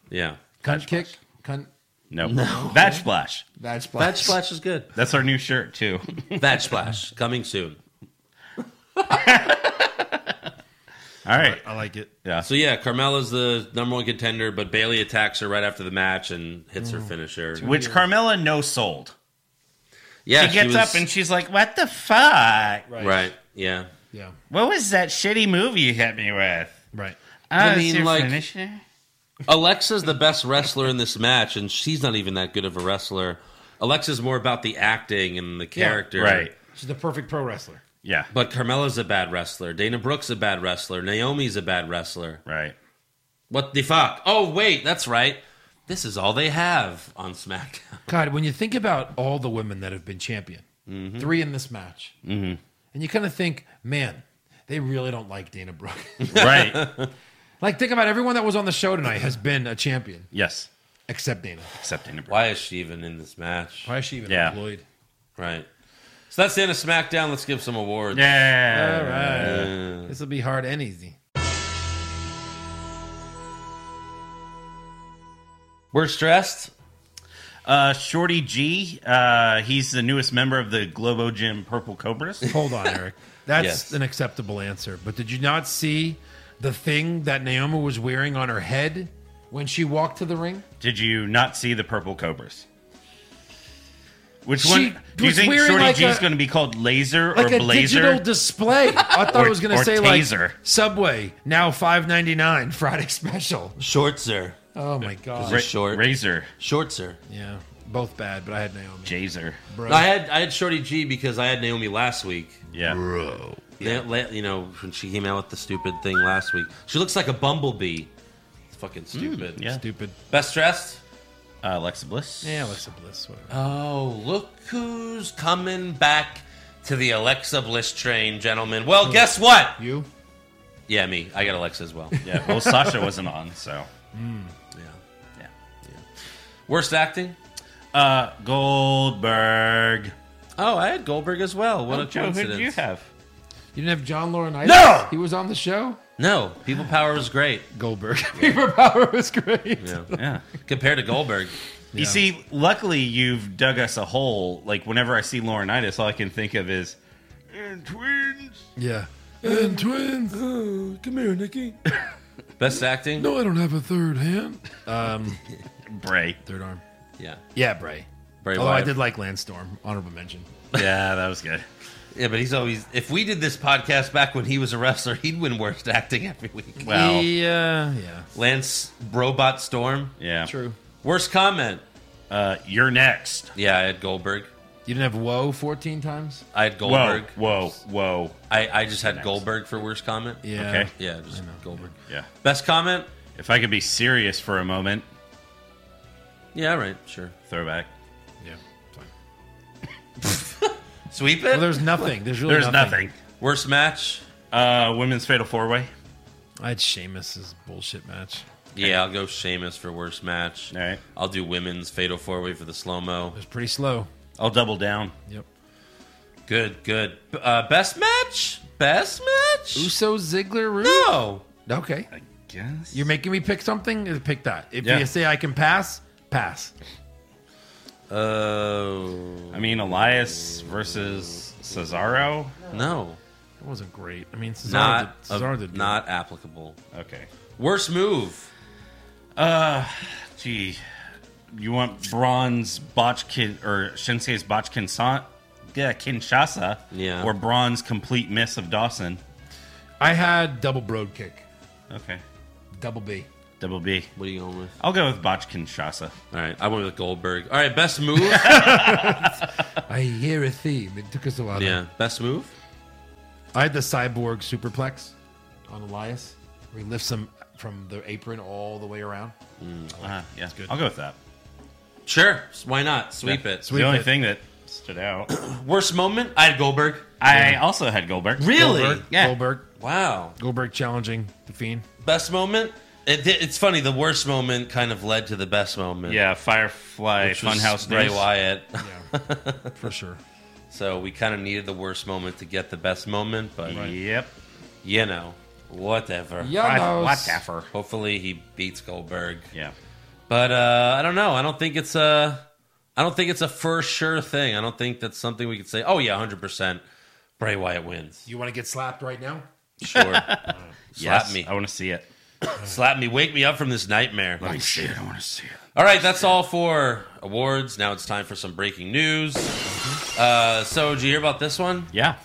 Speaker 5: Yeah,
Speaker 1: Cunt kick, cunt
Speaker 6: no. Vag splash.
Speaker 1: vag splash.
Speaker 5: vag splash is good.
Speaker 6: That's our new shirt too.
Speaker 5: [LAUGHS] Vag splash coming soon.
Speaker 6: All right.
Speaker 1: I like it.
Speaker 6: Yeah.
Speaker 5: So yeah, Carmella's the number one contender, but Bailey attacks her right after the match and hits her finisher.
Speaker 6: Which Carmella no sold.
Speaker 5: Yeah,
Speaker 6: She gets
Speaker 5: was-
Speaker 6: up and she's like, "What the fuck?
Speaker 5: right. Yeah,
Speaker 1: Yeah,
Speaker 6: What was that shitty movie you hit me with?" Oh,
Speaker 1: right.
Speaker 6: I
Speaker 5: mean, like- Alexa's the best wrestler in this match, and she's not even that good of a wrestler. Alexa's more about the acting and the character.
Speaker 6: right.
Speaker 1: She's the perfect pro wrestler.
Speaker 6: Yeah.
Speaker 5: But Carmella's a bad wrestler. Dana Brooke's a bad wrestler. Naomi's a bad wrestler. [LAUGHS]
Speaker 6: Right.
Speaker 5: What the fuck? Oh, wait, that's right. This is all they have on SmackDown. [LAUGHS]
Speaker 1: God, when you think about all the women that have been champion,
Speaker 5: Mm-hmm.
Speaker 1: three in this match, and you kind of think, man, they really don't like Dana Brooke. [LAUGHS]
Speaker 6: Right.
Speaker 1: like, think about everyone that was on the show tonight has been a champion
Speaker 6: yes.
Speaker 1: except Dana.
Speaker 6: Except in
Speaker 5: Why is she even in this match?
Speaker 1: Why is she even
Speaker 6: Yeah.
Speaker 1: employed?
Speaker 5: Right. So that's the end of SmackDown. Let's give some awards.
Speaker 6: Yeah.
Speaker 1: All right. This will be hard and easy.
Speaker 5: We're stressed.
Speaker 6: Uh, Shorty G, uh, he's the newest member of the Globo Gym Purple
Speaker 1: [LAUGHS]
Speaker 6: Cobras.
Speaker 1: Hold on, Eric. That's
Speaker 5: Yes.
Speaker 1: an acceptable answer. But did you not see the thing that Naomi was wearing on her head when she walked to the ring?
Speaker 6: Did you not see the Purple Cobras? Which
Speaker 1: She
Speaker 6: one do you
Speaker 1: was
Speaker 6: think
Speaker 1: wearing
Speaker 6: Shorty
Speaker 1: like
Speaker 6: G is
Speaker 1: a-
Speaker 6: going to be called Laser
Speaker 1: Like
Speaker 6: or
Speaker 1: a
Speaker 6: Blazer?
Speaker 1: digital display. I thought
Speaker 6: Or-
Speaker 1: it was going
Speaker 6: or
Speaker 1: to say
Speaker 6: taser.
Speaker 1: like Subway now five ninety nine Friday special.
Speaker 5: Shortser.
Speaker 1: Oh my god.
Speaker 6: Ra-
Speaker 5: short.
Speaker 6: Razor,
Speaker 5: Shortser.
Speaker 1: Yeah, both bad. But I had Naomi.
Speaker 6: Jazer.
Speaker 1: Bro.
Speaker 5: I had I had Shorty G because I had Naomi last week.
Speaker 6: Yeah.
Speaker 5: Na- la- You know when she came out with the stupid thing last week. She looks like a bumblebee. It's fucking stupid.
Speaker 6: yeah.
Speaker 1: Stupid.
Speaker 5: Best dressed.
Speaker 6: Uh, Alexa Bliss.
Speaker 1: Yeah, Alexa Bliss. Whatever.
Speaker 6: Uh,
Speaker 5: Oh, look who's coming back to the Alexa Bliss train, gentlemen. Well, guess what?
Speaker 1: You?
Speaker 5: Yeah, me. I got Alexa as well. [LAUGHS]
Speaker 6: Yeah. Well, Sasha wasn't on, so. Yeah.
Speaker 5: Worst acting?
Speaker 6: Uh, Goldberg.
Speaker 5: Oh, I had Goldberg as well. What a
Speaker 6: Joe, who
Speaker 5: coincidence.
Speaker 6: did Oh,
Speaker 5: [LAUGHS]
Speaker 6: you have?
Speaker 1: You didn't have John Laurinaitis?
Speaker 6: No!
Speaker 1: He was on the show?
Speaker 5: No, People Power was
Speaker 1: [LAUGHS]
Speaker 5: great
Speaker 1: Goldberg. Paper Power was great.
Speaker 6: Yeah.
Speaker 5: compared to Goldberg.
Speaker 6: You see, luckily you've dug us a hole. Like whenever I see Laurinaitis, all I can think of is "And twins.
Speaker 1: Yeah. And twins. Oh,
Speaker 5: Come here, Nikki. Best acting?
Speaker 1: No, I don't have a third hand.
Speaker 6: Bray.
Speaker 1: Third arm.
Speaker 5: Yeah.
Speaker 1: Yeah, Bray.
Speaker 5: Bray
Speaker 1: Although Oh, I
Speaker 5: Wyatt.
Speaker 1: did like Landstorm. Honorable mention.
Speaker 6: Yeah, that was good.
Speaker 5: Yeah, but he's always. If we did this podcast back when he was a wrestler, he'd win worst acting every week.
Speaker 6: Well,
Speaker 1: yeah, yeah.
Speaker 5: Lance Robot Storm.
Speaker 6: yeah.
Speaker 1: True.
Speaker 5: Worst comment?
Speaker 6: Uh, you're next.
Speaker 5: Yeah, I had Goldberg.
Speaker 1: You didn't have Woe 14 times?
Speaker 5: I had Goldberg.
Speaker 6: Whoa, whoa, whoa.
Speaker 5: I, I just had Goldberg for worst comment.
Speaker 1: Yeah.
Speaker 6: Okay.
Speaker 5: Yeah, just Goldberg.
Speaker 6: Yeah.
Speaker 5: Best comment?
Speaker 6: If I could be serious for a moment,
Speaker 5: Yeah, right, sure.
Speaker 6: throwback.
Speaker 1: Yeah. Fine.
Speaker 5: Sweep
Speaker 1: Well,
Speaker 5: it.
Speaker 1: there's nothing. There's really
Speaker 6: There's nothing.
Speaker 5: Worst match?
Speaker 6: Uh, women's fatal four way.
Speaker 1: I had Sheamus's bullshit match.
Speaker 5: Yeah, I'll go Sheamus for worst match.
Speaker 6: All right.
Speaker 5: I'll do women's fatal four way for the slow mo.
Speaker 1: It was pretty slow.
Speaker 6: I'll double down.
Speaker 1: Yep.
Speaker 5: Good, good. B- Uh, best match? Best match?
Speaker 1: Uso, Ziggler, Rude.
Speaker 5: No.
Speaker 1: Okay.
Speaker 6: I guess
Speaker 1: You're making me pick something? Pick that. If
Speaker 6: Yeah.
Speaker 1: you say I can pass, pass.
Speaker 5: Oh
Speaker 6: I mean, Elias versus Cesaro.
Speaker 5: no,
Speaker 1: It wasn't great. I mean, Cesaro
Speaker 5: not
Speaker 1: did, Cesaro
Speaker 5: a-
Speaker 1: did good.
Speaker 5: not applicable.
Speaker 6: Okay.
Speaker 5: Worst move?
Speaker 6: Uh, gee, you want bronze Botchkin or Shinsuke's Botchkin San- yeah, Kinshasa,
Speaker 5: Yeah.
Speaker 6: or bronze complete miss of Dawson?
Speaker 1: I had double broad kick,
Speaker 6: Okay,
Speaker 1: double B.
Speaker 6: double B.
Speaker 5: What are you going with?
Speaker 6: I'll go with Botch Kinshasa.
Speaker 5: All right, I went with Goldberg. All right, best move.
Speaker 1: I hear a theme. It took us a while. to-
Speaker 5: yeah, best move.
Speaker 1: I had the cyborg superplex on Elias, where he lifts him from the apron all the way around.
Speaker 6: Uh, yeah, I'll go with that.
Speaker 5: Sure, why not? Sweep it.
Speaker 6: the only
Speaker 1: it.
Speaker 6: thing that stood out.
Speaker 5: Worst moment? I had Goldberg.
Speaker 6: I also had Goldberg.
Speaker 1: Goldberg,
Speaker 6: Yeah.
Speaker 1: Goldberg,
Speaker 5: Wow.
Speaker 1: Goldberg challenging the Fiend.
Speaker 5: Best moment? It, di- it's funny. The worst moment kind of led to the best moment.
Speaker 6: Yeah, Firefly
Speaker 5: which was
Speaker 6: Funhouse
Speaker 5: Bray
Speaker 6: News.
Speaker 5: Wyatt.
Speaker 1: Yeah, for sure.
Speaker 5: So we kind of needed the worst moment to get the best moment, but
Speaker 6: Yep.
Speaker 5: you know, whatever.
Speaker 6: Whatever.
Speaker 5: Hopefully he beats Goldberg.
Speaker 6: Yeah.
Speaker 5: But uh, I don't know. I don't think it's a. I don't think it's a for sure thing. I don't think that's something we could say. Oh yeah, hundred percent. Bray Wyatt wins.
Speaker 1: You want to get slapped right now?
Speaker 5: Sure.
Speaker 6: [LAUGHS]
Speaker 5: Slap
Speaker 6: Yes,
Speaker 5: me.
Speaker 6: I want to see it.
Speaker 5: Slap me. Wake me up from this nightmare.
Speaker 6: Let me see it. Oh, I want to see it.
Speaker 5: All right, that's all for awards. Now it's time for some breaking news.
Speaker 6: Mm-hmm.
Speaker 5: Uh, so, did you hear about this one?
Speaker 6: Yeah.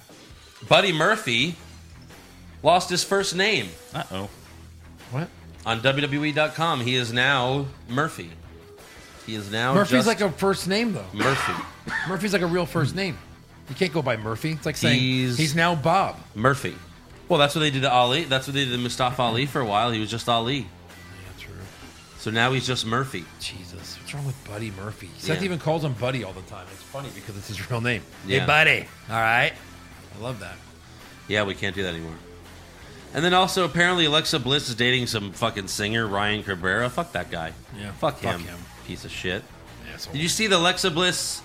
Speaker 5: Buddy Murphy lost his first name
Speaker 6: Uh oh.
Speaker 1: What?
Speaker 5: on WWE.com. He is now Murphy. He is now
Speaker 1: Murphy's
Speaker 5: just
Speaker 1: like a first name though.
Speaker 5: Murphy.
Speaker 1: Murphy's like a real first name. You can't go by Murphy. It's like saying
Speaker 5: He's-
Speaker 1: he's, now Bob.
Speaker 5: Murphy. Well, that's what they did to Ali. That's what they did to Mustafa Ali for a while. He was just Ali.
Speaker 1: Yeah, true.
Speaker 5: So now he's just Murphy.
Speaker 1: Jesus, what's wrong with Buddy Murphy?
Speaker 5: Yeah.
Speaker 1: Seth even calls him Buddy all the time. It's funny because it's his real name.
Speaker 5: Yeah.
Speaker 1: Hey, Buddy. All right. I love that.
Speaker 5: Yeah, we can't do that anymore. And then also, apparently, Alexa Bliss is dating some fucking singer, Ryan Cabrera. Fuck that guy.
Speaker 1: Yeah,
Speaker 5: Fuck
Speaker 1: fuck
Speaker 5: him.
Speaker 1: him.
Speaker 5: Piece of shit.
Speaker 1: Asshole.
Speaker 5: Did you see the Alexa Bliss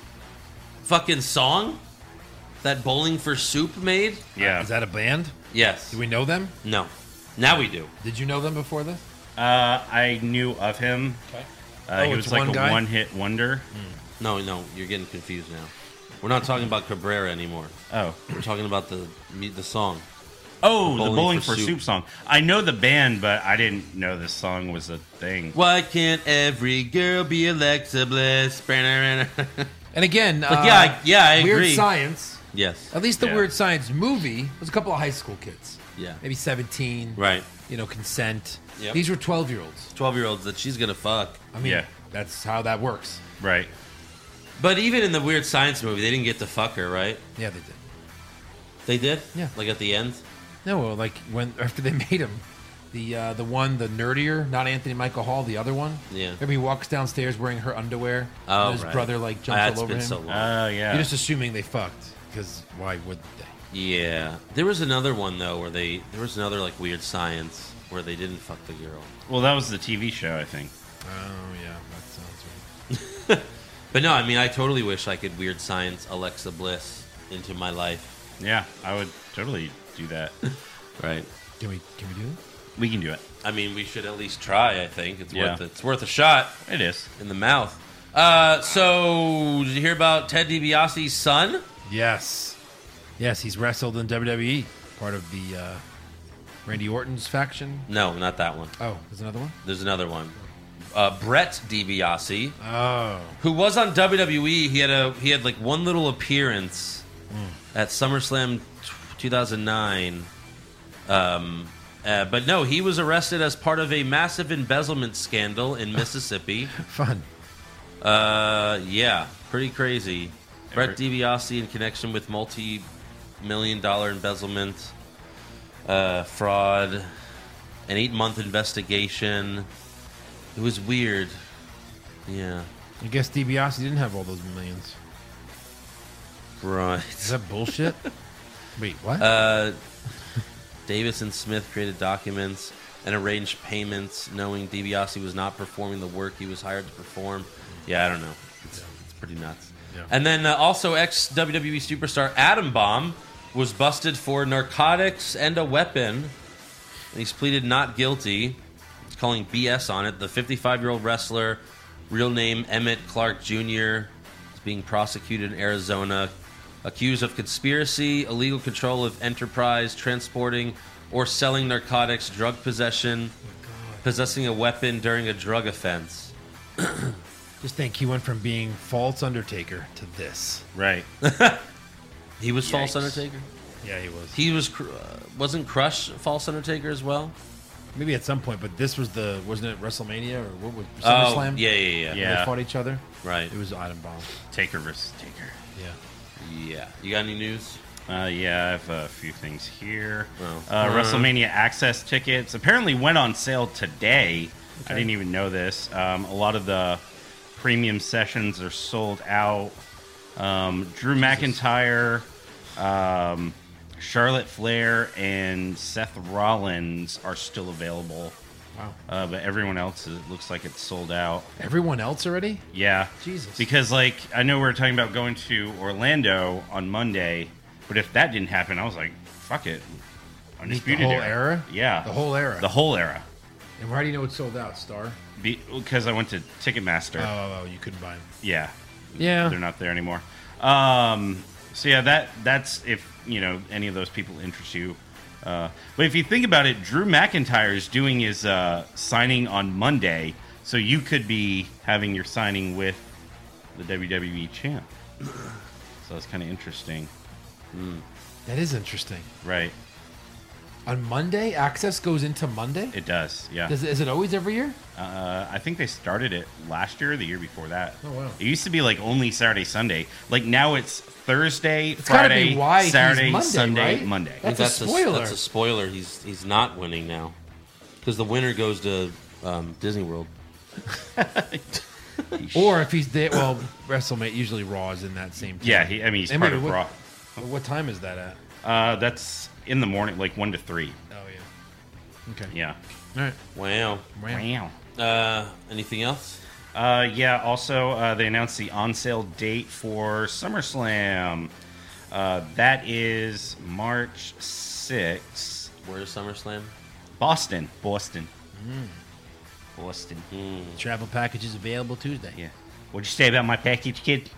Speaker 5: fucking song that Bowling for Soup made?
Speaker 6: Yeah.
Speaker 1: Is that a band?
Speaker 5: Yes.
Speaker 1: Do we know them?
Speaker 5: No. Now we do.
Speaker 1: Did you know them before this?
Speaker 6: Uh, I knew of him.
Speaker 1: Okay. Oh,
Speaker 6: Uh, he was
Speaker 1: it's
Speaker 6: like
Speaker 1: one
Speaker 6: a
Speaker 1: guy? Hmm.
Speaker 6: one hit wonder.
Speaker 5: No, no, you're getting confused now. We're not talking about Cabrera anymore.
Speaker 6: Oh.
Speaker 5: We're talking about the the song.
Speaker 6: Oh, the
Speaker 5: Bowling
Speaker 6: Bowling,
Speaker 5: for
Speaker 6: for,
Speaker 5: Soup.
Speaker 6: soup. song. I know the band, but I didn't know this song was a thing.
Speaker 5: Why can't every girl be Alexa Bliss? [LAUGHS]
Speaker 1: And again, uh,
Speaker 5: yeah, I- yeah, I
Speaker 1: Weird
Speaker 5: agree.
Speaker 1: Science.
Speaker 5: yes.
Speaker 1: At least the
Speaker 6: Yeah.
Speaker 1: Weird Science movie was a couple of high school kids.
Speaker 5: Yeah.
Speaker 1: Maybe 17.
Speaker 5: Right.
Speaker 1: You know, consent.
Speaker 5: Yep.
Speaker 1: These were 12 year olds.
Speaker 5: 12 year olds that she's going to fuck.
Speaker 1: I mean,
Speaker 6: Yeah.
Speaker 1: that's how that works.
Speaker 6: Right.
Speaker 5: But even in the Weird Science movie, they didn't get to fuck her, right?
Speaker 1: Yeah, they did.
Speaker 5: They did?
Speaker 1: Yeah.
Speaker 5: Like at the end?
Speaker 1: No, well, like when [LAUGHS] after they made him, the uh, the one, the nerdier, not Anthony Michael Hall, the other one.
Speaker 5: Yeah.
Speaker 1: Remember he walks downstairs wearing her underwear.
Speaker 5: Oh,
Speaker 1: and his
Speaker 5: right.
Speaker 1: brother like jumps
Speaker 5: That's
Speaker 1: all over
Speaker 5: been
Speaker 1: him.
Speaker 5: so long.
Speaker 6: Oh, yeah.
Speaker 1: You're just assuming they fucked because why would they?
Speaker 5: yeah. There was another one, though, where they. There was another, like, Weird Science where they didn't fuck the girl.
Speaker 6: well, that was the TV show, I think.
Speaker 1: Oh yeah, that sounds right.
Speaker 5: But no, I mean, I totally wish I could Weird Science Alexa Bliss into my life.
Speaker 6: Yeah, I would totally do [LAUGHS] that.
Speaker 5: Right.
Speaker 1: Can we can we do that?
Speaker 6: we can do it.
Speaker 5: I mean, we should at least try, I think. It's,
Speaker 6: Yeah.
Speaker 5: worth, it's worth a shot.
Speaker 6: It is.
Speaker 5: in the mouth. Uh, so did you hear about Ted DiBiase's son?
Speaker 1: Yes, yes, he's wrestled in WWE, part of the uh, Randy Orton's faction.
Speaker 5: No, not that one.
Speaker 1: Oh, there's another one.
Speaker 5: There's another one. Uh, Brett DiBiase,
Speaker 1: Oh,
Speaker 5: who was on WWE, he had a he had like one little appearance at SummerSlam t- 2009. Um, uh, but no, he was arrested as part of a massive embezzlement scandal in Mississippi.
Speaker 1: fun.
Speaker 5: Uh, yeah, pretty crazy. Brett DiBiase in connection with multi-million dollar embezzlement, uh, fraud, an eight-month investigation. It was weird. Yeah, [LAUGHS]
Speaker 1: I guess DiBiase didn't have all those millions. Is
Speaker 5: right.
Speaker 1: that bullshit? [LAUGHS] Wait, what?
Speaker 5: Uh, Davis and Smith created documents and arranged payments, knowing DiBiase was not performing the work he was hired to perform. Yeah, I don't know. It's, it's pretty nuts. And then uh, also ex WWE superstar Adam Bomb was busted for narcotics and a weapon. And he's pleaded not guilty. He's calling BS on it. The 55 year old wrestler, real name Emmett Clark Jr., is being prosecuted in Arizona, accused of conspiracy, illegal control of enterprise, transporting or selling narcotics, drug possession, possessing a weapon during a drug offense.
Speaker 1: Just think, he went from being false Undertaker to this.
Speaker 6: [LAUGHS] Right.
Speaker 5: He was false Undertaker.
Speaker 1: Yeah, he was.
Speaker 5: He was cr- uh, wasn't Crush false Undertaker as well.
Speaker 1: Maybe at some point, but this was the wasn't it WrestleMania or what was
Speaker 5: Oh,
Speaker 1: SummerSlam?
Speaker 5: yeah, yeah, yeah,
Speaker 6: Yeah.
Speaker 1: they fought each other.
Speaker 5: Right.
Speaker 1: It was Item Bomb.
Speaker 6: Taker versus Taker.
Speaker 1: Yeah.
Speaker 5: Yeah. You got any news?
Speaker 6: Uh, yeah, I have a few things here.
Speaker 5: Well.
Speaker 6: uh, WrestleMania access tickets apparently went on sale today. I didn't even know this. Um, a lot of the premium sessions are sold out. Um, Drew McIntyre, um, Charlotte Flair, and Seth Rollins are still available.
Speaker 1: Wow.
Speaker 6: Uh, but everyone else, it looks like it's sold out.
Speaker 1: Everyone else already?
Speaker 6: Yeah.
Speaker 1: Jesus.
Speaker 6: Because, like, I know we were talking about going to Orlando on Monday, but if that didn't happen, I was like, fuck it.
Speaker 1: The
Speaker 6: Undisputed
Speaker 1: whole era?
Speaker 6: Yeah.
Speaker 1: The whole era.
Speaker 6: The whole era.
Speaker 1: and why do you know it's sold out, Star?
Speaker 6: Because I went to Ticketmaster.
Speaker 1: Oh, you couldn't buy them.
Speaker 6: Yeah.
Speaker 1: Yeah.
Speaker 6: They're not there anymore. Um, so, yeah, that that's if, you know, any of those people interest you. Uh, but if you think about it, Drew McIntyre is doing his uh, signing on Monday, so you could be having your signing with the WWE champ. So that's kind of interesting,
Speaker 1: That is interesting.
Speaker 6: right?
Speaker 1: On Monday, access goes into Monday.
Speaker 6: It does, yeah.
Speaker 1: Does it, is it always every year?
Speaker 6: Uh, I think they started it last year, or the year before that.
Speaker 1: Oh, wow.
Speaker 6: It used to be like only Saturday, Sunday. Like now it's Thursday,
Speaker 1: gotta
Speaker 6: Friday,
Speaker 1: be why he's
Speaker 6: Saturday,
Speaker 1: Monday,
Speaker 6: Sunday,
Speaker 1: right?
Speaker 6: Monday.
Speaker 1: That's a spoiler.
Speaker 5: that's a spoiler. He's he's not winning now because the winner goes to um, Disney World.
Speaker 1: Or if he's there, well, WrestleMania usually Raw is in that same. Time.
Speaker 6: Yeah, he, I mean he's
Speaker 1: And
Speaker 6: part
Speaker 1: wait,
Speaker 6: of
Speaker 1: what-
Speaker 6: Raw.
Speaker 1: But What time is that at?
Speaker 6: Uh, that's in the morning, like one to three.
Speaker 1: Oh yeah. Okay.
Speaker 6: Yeah.
Speaker 1: All right.
Speaker 5: Wow.
Speaker 1: Wow.
Speaker 6: Wow.
Speaker 5: Uh, anything else?
Speaker 6: Uh, yeah. Also, uh, they announced the on sale date for SummerSlam. Uh, that is March sixth,
Speaker 5: Where is SummerSlam?
Speaker 6: Boston, Boston. Boston.
Speaker 8: Travel packages available Tuesday.
Speaker 6: Yeah. What'd you say about my package, kid?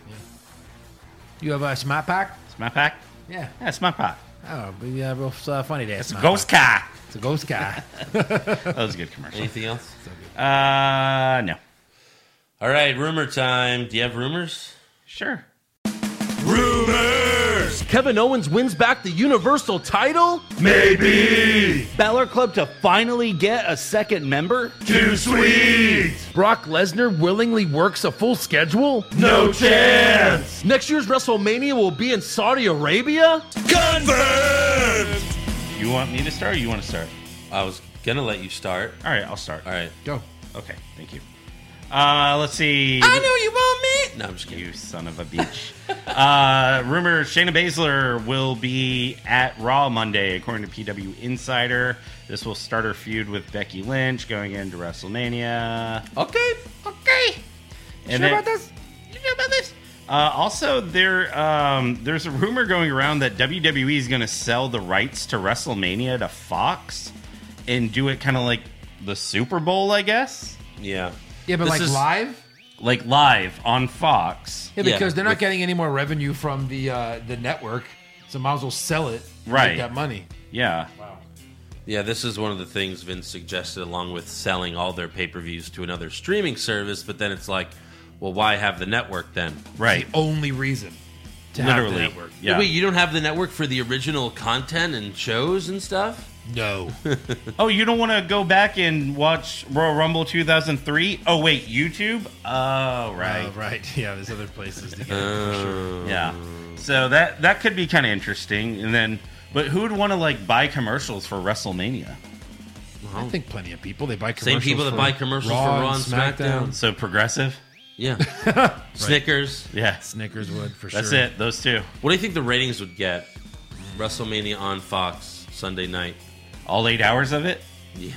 Speaker 8: You have a smart pack?
Speaker 6: It's my pack.
Speaker 8: Yeah.
Speaker 6: Yeah, it's my pack.
Speaker 8: Oh, but yeah, real uh, funny day.
Speaker 6: It's a ghost car.
Speaker 1: [LAUGHS]
Speaker 8: It's a ghost
Speaker 6: [LAUGHS]
Speaker 8: guy.
Speaker 6: That was a good commercial.
Speaker 5: Anything [LAUGHS] else?
Speaker 6: Uh, no.
Speaker 5: All right, rumor time. Do you have rumors?
Speaker 6: Sure.
Speaker 9: Kevin Owens wins back the Universal title? Maybe. Balor Club to finally get a second member? Too sweet. Brock Lesnar willingly works a full schedule? No chance. Next year's WrestleMania will be in Saudi Arabia?
Speaker 6: You want me to start or you want to start?
Speaker 5: I was gonna let you start.
Speaker 6: All right, I'll start.
Speaker 5: All right.
Speaker 1: Go.
Speaker 6: Okay, thank you. Uh, let's see.
Speaker 5: know you want me. No, I'm just kidding.
Speaker 6: You son of a bitch. [LAUGHS] uh, rumor Shayna Baszler will be at Raw Monday, according to PW Insider. This will start her feud with Becky Lynch going into WrestleMania.
Speaker 5: Okay.
Speaker 6: Okay. And sure about this? You sure about this? Uh, also, there um, there's a rumor going around that WWE is going to sell the rights to WrestleMania to Fox and do it kind of like the Super Bowl, I guess,
Speaker 5: Yeah.
Speaker 1: Yeah, but
Speaker 5: This
Speaker 1: like
Speaker 5: is-
Speaker 1: live.
Speaker 6: like live on Fox.
Speaker 1: Yeah,
Speaker 5: Yeah,
Speaker 1: because they're not
Speaker 5: with-
Speaker 1: getting any more revenue from the uh, the network, so might as well sell it. and
Speaker 6: Right.
Speaker 1: Make that money.
Speaker 6: Yeah.
Speaker 5: Yeah, this is one of the things Vince suggested, along with selling all their pay per views to another streaming service. But then it's like, well, why have the network then?
Speaker 6: Right.
Speaker 1: Only reason. To
Speaker 6: Literally.
Speaker 1: Have the network.
Speaker 6: Yeah.
Speaker 5: Wait, you don't have the network for the original content and shows and stuff?
Speaker 1: [LAUGHS] No.
Speaker 6: Oh, you don't want to go back and watch Royal Rumble 2003? Oh, wait, YouTube? Oh, right.
Speaker 1: Oh, right. [LAUGHS] Yeah. There's other places to get.
Speaker 5: Uh, Oh.
Speaker 6: Yeah. So that that could be kind of interesting. And then, but who would want to like buy commercials for WrestleMania?
Speaker 1: I think plenty of people they buy
Speaker 5: Uh, Same
Speaker 1: commercials
Speaker 5: people that
Speaker 1: for
Speaker 5: buy commercials for Raw and SmackDown.
Speaker 6: So progressive?
Speaker 5: [LAUGHS] Yeah. Snickers.
Speaker 6: Yeah.
Speaker 1: Snickers would for
Speaker 6: That's
Speaker 1: sure.
Speaker 6: it. Those two.
Speaker 5: What do you think the ratings would get? WrestleMania on Fox Sunday night.
Speaker 6: All eight hours of it?
Speaker 5: Yeah.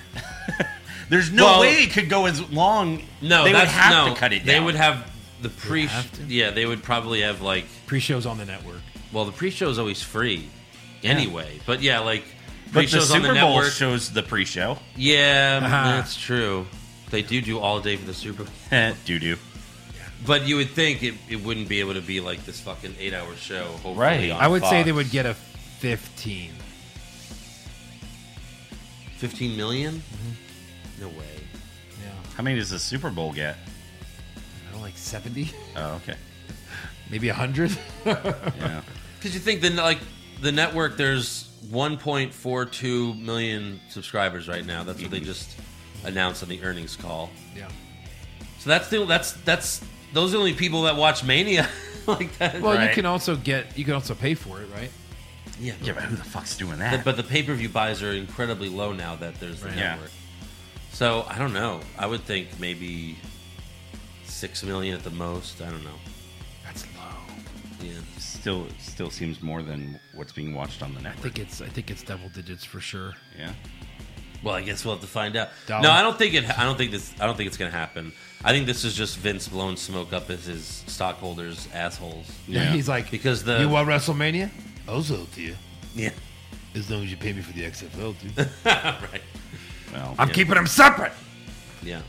Speaker 6: There's no
Speaker 5: Well-
Speaker 6: way it could go as long.
Speaker 5: No,
Speaker 6: they would
Speaker 5: that's,
Speaker 6: have
Speaker 5: no,
Speaker 6: to cut it down.
Speaker 5: They would have the pre. yeah, they would probably have like.
Speaker 1: Pre-shows on the network.
Speaker 5: Well, the pre-show is always free, anyway. But yeah, like
Speaker 6: But the
Speaker 5: pre-shows on
Speaker 6: Super
Speaker 5: the
Speaker 6: Bowl
Speaker 5: network.
Speaker 6: shows the pre-show. [LAUGHS]
Speaker 5: yeah, mm, that's true. They do do all day for the Super.
Speaker 6: Doo doo.
Speaker 5: But you would think it, it wouldn't be able to be like this fucking eight-hour show. Hopefully,
Speaker 6: Right.
Speaker 5: on
Speaker 1: I would say
Speaker 5: Fox.
Speaker 1: they would get a 15.
Speaker 5: fifteen million?
Speaker 6: Mm-hmm.
Speaker 5: No way.
Speaker 1: Yeah.
Speaker 6: How many does the Super Bowl get?
Speaker 1: I don't like 70.
Speaker 6: Oh, okay.
Speaker 1: [LAUGHS] Maybe 100.
Speaker 6: Yeah.
Speaker 5: Because you think then like the network, there's 1.42 million subscribers right now. That's
Speaker 6: Mm-hmm.
Speaker 5: what they just announced on the earnings call.
Speaker 1: [LAUGHS] yeah.
Speaker 5: So that's the that's that's those are the only people that watch Mania [LAUGHS] like that.
Speaker 1: Well,
Speaker 6: Right.
Speaker 1: you can also get you can also pay for it, right?
Speaker 5: [LAUGHS] yeah,
Speaker 6: Yeah, but who the fuck's doing
Speaker 5: Th-
Speaker 6: that?
Speaker 5: But the pay per view buys are incredibly low now that there's the
Speaker 6: Right. Yeah.
Speaker 5: network. So I don't know. I would think maybe six million at the most. I don't know.
Speaker 1: That's low.
Speaker 5: Yeah.
Speaker 6: still, still seems more than what's being watched on the
Speaker 1: I
Speaker 6: network.
Speaker 1: think it's I think it's double digits for sure.
Speaker 6: Yeah.
Speaker 5: Well, I guess we'll have to find out.
Speaker 1: Dollar.
Speaker 5: No, I don't think it. I don't think this. I don't think it's gonna happen. I think this is just Vince blowing smoke up as his stockholders assholes.
Speaker 6: Yeah.
Speaker 1: [LAUGHS] He's like
Speaker 5: Because the-
Speaker 1: You want WrestleMania? I'll sell it to you.
Speaker 5: [LAUGHS] Yeah.
Speaker 1: As long as you pay me for the XFL, dude.
Speaker 5: [LAUGHS] right.
Speaker 6: Well,
Speaker 1: I'm keeping them separate.
Speaker 5: Yeah.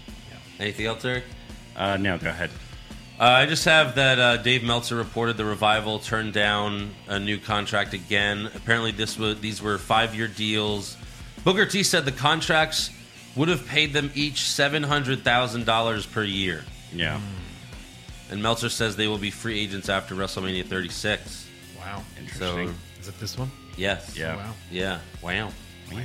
Speaker 5: Anything else, Eric?
Speaker 6: uh, no, go ahead.
Speaker 5: Uh, I just have that uh, Dave Meltzer reported the revival turned down a new contract again. Apparently, this was these were five year deals. Booker T said the contracts would have paid them each seven hundred thousand dollars per year,
Speaker 6: Yeah.
Speaker 1: Hmm.
Speaker 5: and Meltzer says they will be free agents after WrestleMania thirty six.
Speaker 1: Wow.
Speaker 5: So
Speaker 6: Interesting.
Speaker 1: Is it this one?
Speaker 5: yes,
Speaker 6: yeah.
Speaker 1: oh, Wow.
Speaker 5: yeah, wow.
Speaker 1: Wow.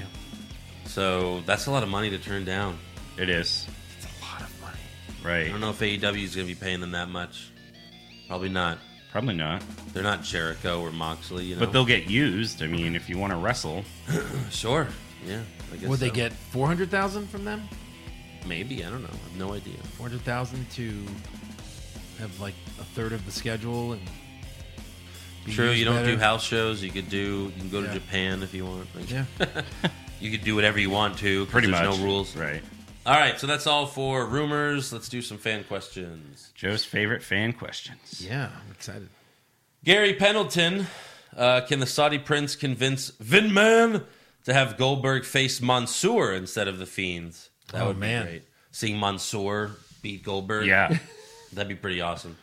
Speaker 5: So that's a lot of money to turn down.
Speaker 6: It is.
Speaker 1: It's a lot of money.
Speaker 5: I
Speaker 6: Right.
Speaker 5: don't know if AEW is going to be paying them that much. Probably not.
Speaker 6: Probably not.
Speaker 5: They're not Jericho or Moxley, you know.
Speaker 6: But they'll get used. I mean, if you want to wrestle,
Speaker 5: sure, yeah. I guess
Speaker 1: Would they
Speaker 5: so.
Speaker 1: get four hundred thousand from them?
Speaker 5: Maybe I don't know. I have no idea.
Speaker 1: Four hundred thousand to have like a third of the schedule and be
Speaker 5: True,
Speaker 1: used
Speaker 5: you don't
Speaker 1: better?
Speaker 5: do house shows. You could do. You can go to
Speaker 1: Yeah.
Speaker 5: Japan if you want. Like,
Speaker 1: Yeah.
Speaker 5: [LAUGHS] You could do whatever you want to. 'cause
Speaker 6: pretty
Speaker 5: there's
Speaker 6: much.
Speaker 5: no rules.
Speaker 6: Right.
Speaker 5: All right, so that's all for rumors. Let's do some fan questions.
Speaker 6: Joe's favorite fan questions.
Speaker 1: Yeah, I'm excited.
Speaker 5: Gary Pendleton, uh, can the Saudi prince convince Vin Man to have Goldberg face Mansoor instead of the Fiends? That
Speaker 1: Oh,
Speaker 5: would
Speaker 1: man.
Speaker 5: be great. seeing Mansoor beat Goldberg.
Speaker 6: Yeah.
Speaker 5: That'd be pretty awesome.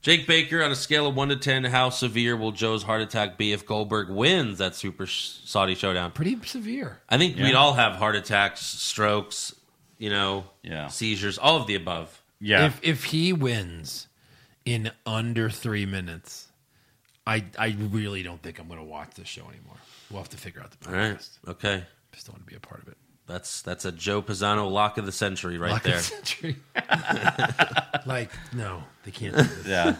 Speaker 5: Jake Baker, on a scale of 1 to 10, how severe will Joe's heart attack be if Goldberg wins that Super Sh- Saudi Showdown?
Speaker 1: Pretty severe.
Speaker 5: I think we'd all have heart attacks, strokes, you know,
Speaker 6: Yeah.
Speaker 5: seizures, all of the above.
Speaker 6: Yeah.
Speaker 1: If if he wins in under three minutes, I I really don't think I'm going to watch this show anymore. We'll have to figure out the podcast.
Speaker 5: All right. Okay.
Speaker 1: Just don't want to be a part of it.
Speaker 5: That's that's a Joe Pisano lock of the century right
Speaker 1: Lock of
Speaker 5: there.
Speaker 1: [LAUGHS] century. like no, they can't. Do this.
Speaker 6: yeah.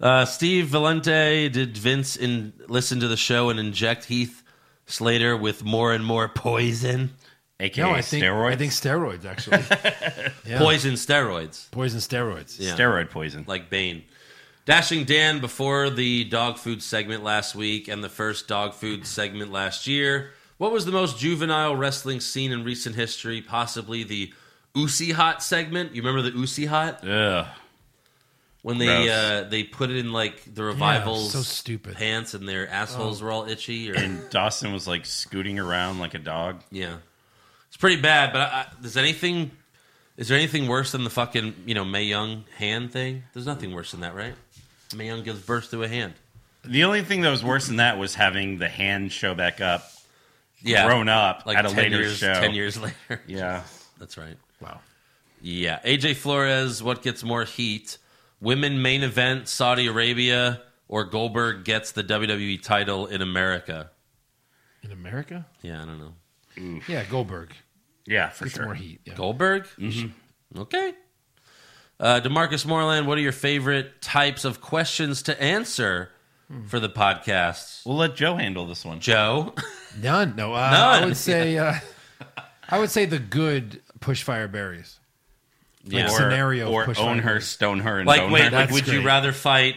Speaker 5: Uh, Steve Valente, did Vince in, listen to the show and inject Heath Slater with more and more poison?
Speaker 6: AKA
Speaker 1: [LAUGHS] No, I think
Speaker 6: steroids.
Speaker 1: I think steroids actually. [LAUGHS] Yeah.
Speaker 5: Poison steroids,
Speaker 1: poison steroids.
Speaker 5: Yeah.
Speaker 6: steroid poison.
Speaker 5: like Bane. Dashing Dan before the dog food segment last week and the first dog food segment last year. What was the most juvenile wrestling scene in recent history? Possibly the Usi Hot segment. You remember the Usi Hot
Speaker 6: Ugh.
Speaker 5: when they
Speaker 6: Gross.
Speaker 5: uh, they put it in like the
Speaker 1: Yeah,
Speaker 5: revivals
Speaker 1: so stupid. Oh.
Speaker 5: pants and their assholes were all itchy. Or
Speaker 6: And Dawson was like scooting around like a dog.
Speaker 5: Yeah, it's pretty bad. But I, I, does anything? Is there anything worse than the fucking you know May Young hand thing? There's nothing worse than that, right? May Young gives birth to a hand.
Speaker 6: The only thing that was worse than that was having the hand show back up,
Speaker 5: Yeah,
Speaker 6: grown up
Speaker 5: like
Speaker 6: at a
Speaker 5: 10
Speaker 6: later
Speaker 5: years,
Speaker 6: show.
Speaker 5: Ten years [LAUGHS] later.
Speaker 6: Yeah.
Speaker 5: that's right.
Speaker 1: Wow.
Speaker 5: Yeah, AJ Flores. What gets more heat? Women main event Saudi Arabia or Goldberg gets the WWE title in America?
Speaker 1: In America?
Speaker 5: Yeah, I don't know.
Speaker 1: Yeah, Goldberg.
Speaker 6: Yeah, for
Speaker 1: It's
Speaker 6: sure.
Speaker 1: more heat. Yeah.
Speaker 5: Goldberg?
Speaker 1: Mm-hmm.
Speaker 5: Okay. Uh, Demarcus Moreland, what are your favorite types of questions to answer for the podcast?
Speaker 6: We'll let Joe handle this one.
Speaker 5: Joe?
Speaker 1: None. Hmm. No. Uh,
Speaker 5: None.
Speaker 1: I would say. Uh, I would say the good push fire berries. [LAUGHS]
Speaker 5: Yeah.
Speaker 1: Or- scenario of
Speaker 6: or
Speaker 1: push
Speaker 6: own
Speaker 1: fire.
Speaker 6: her, stone her,
Speaker 5: [LAUGHS]
Speaker 6: and
Speaker 5: like,
Speaker 6: bone
Speaker 5: wait,
Speaker 6: her.
Speaker 5: like,
Speaker 1: That's
Speaker 5: would you
Speaker 1: great.
Speaker 5: rather fight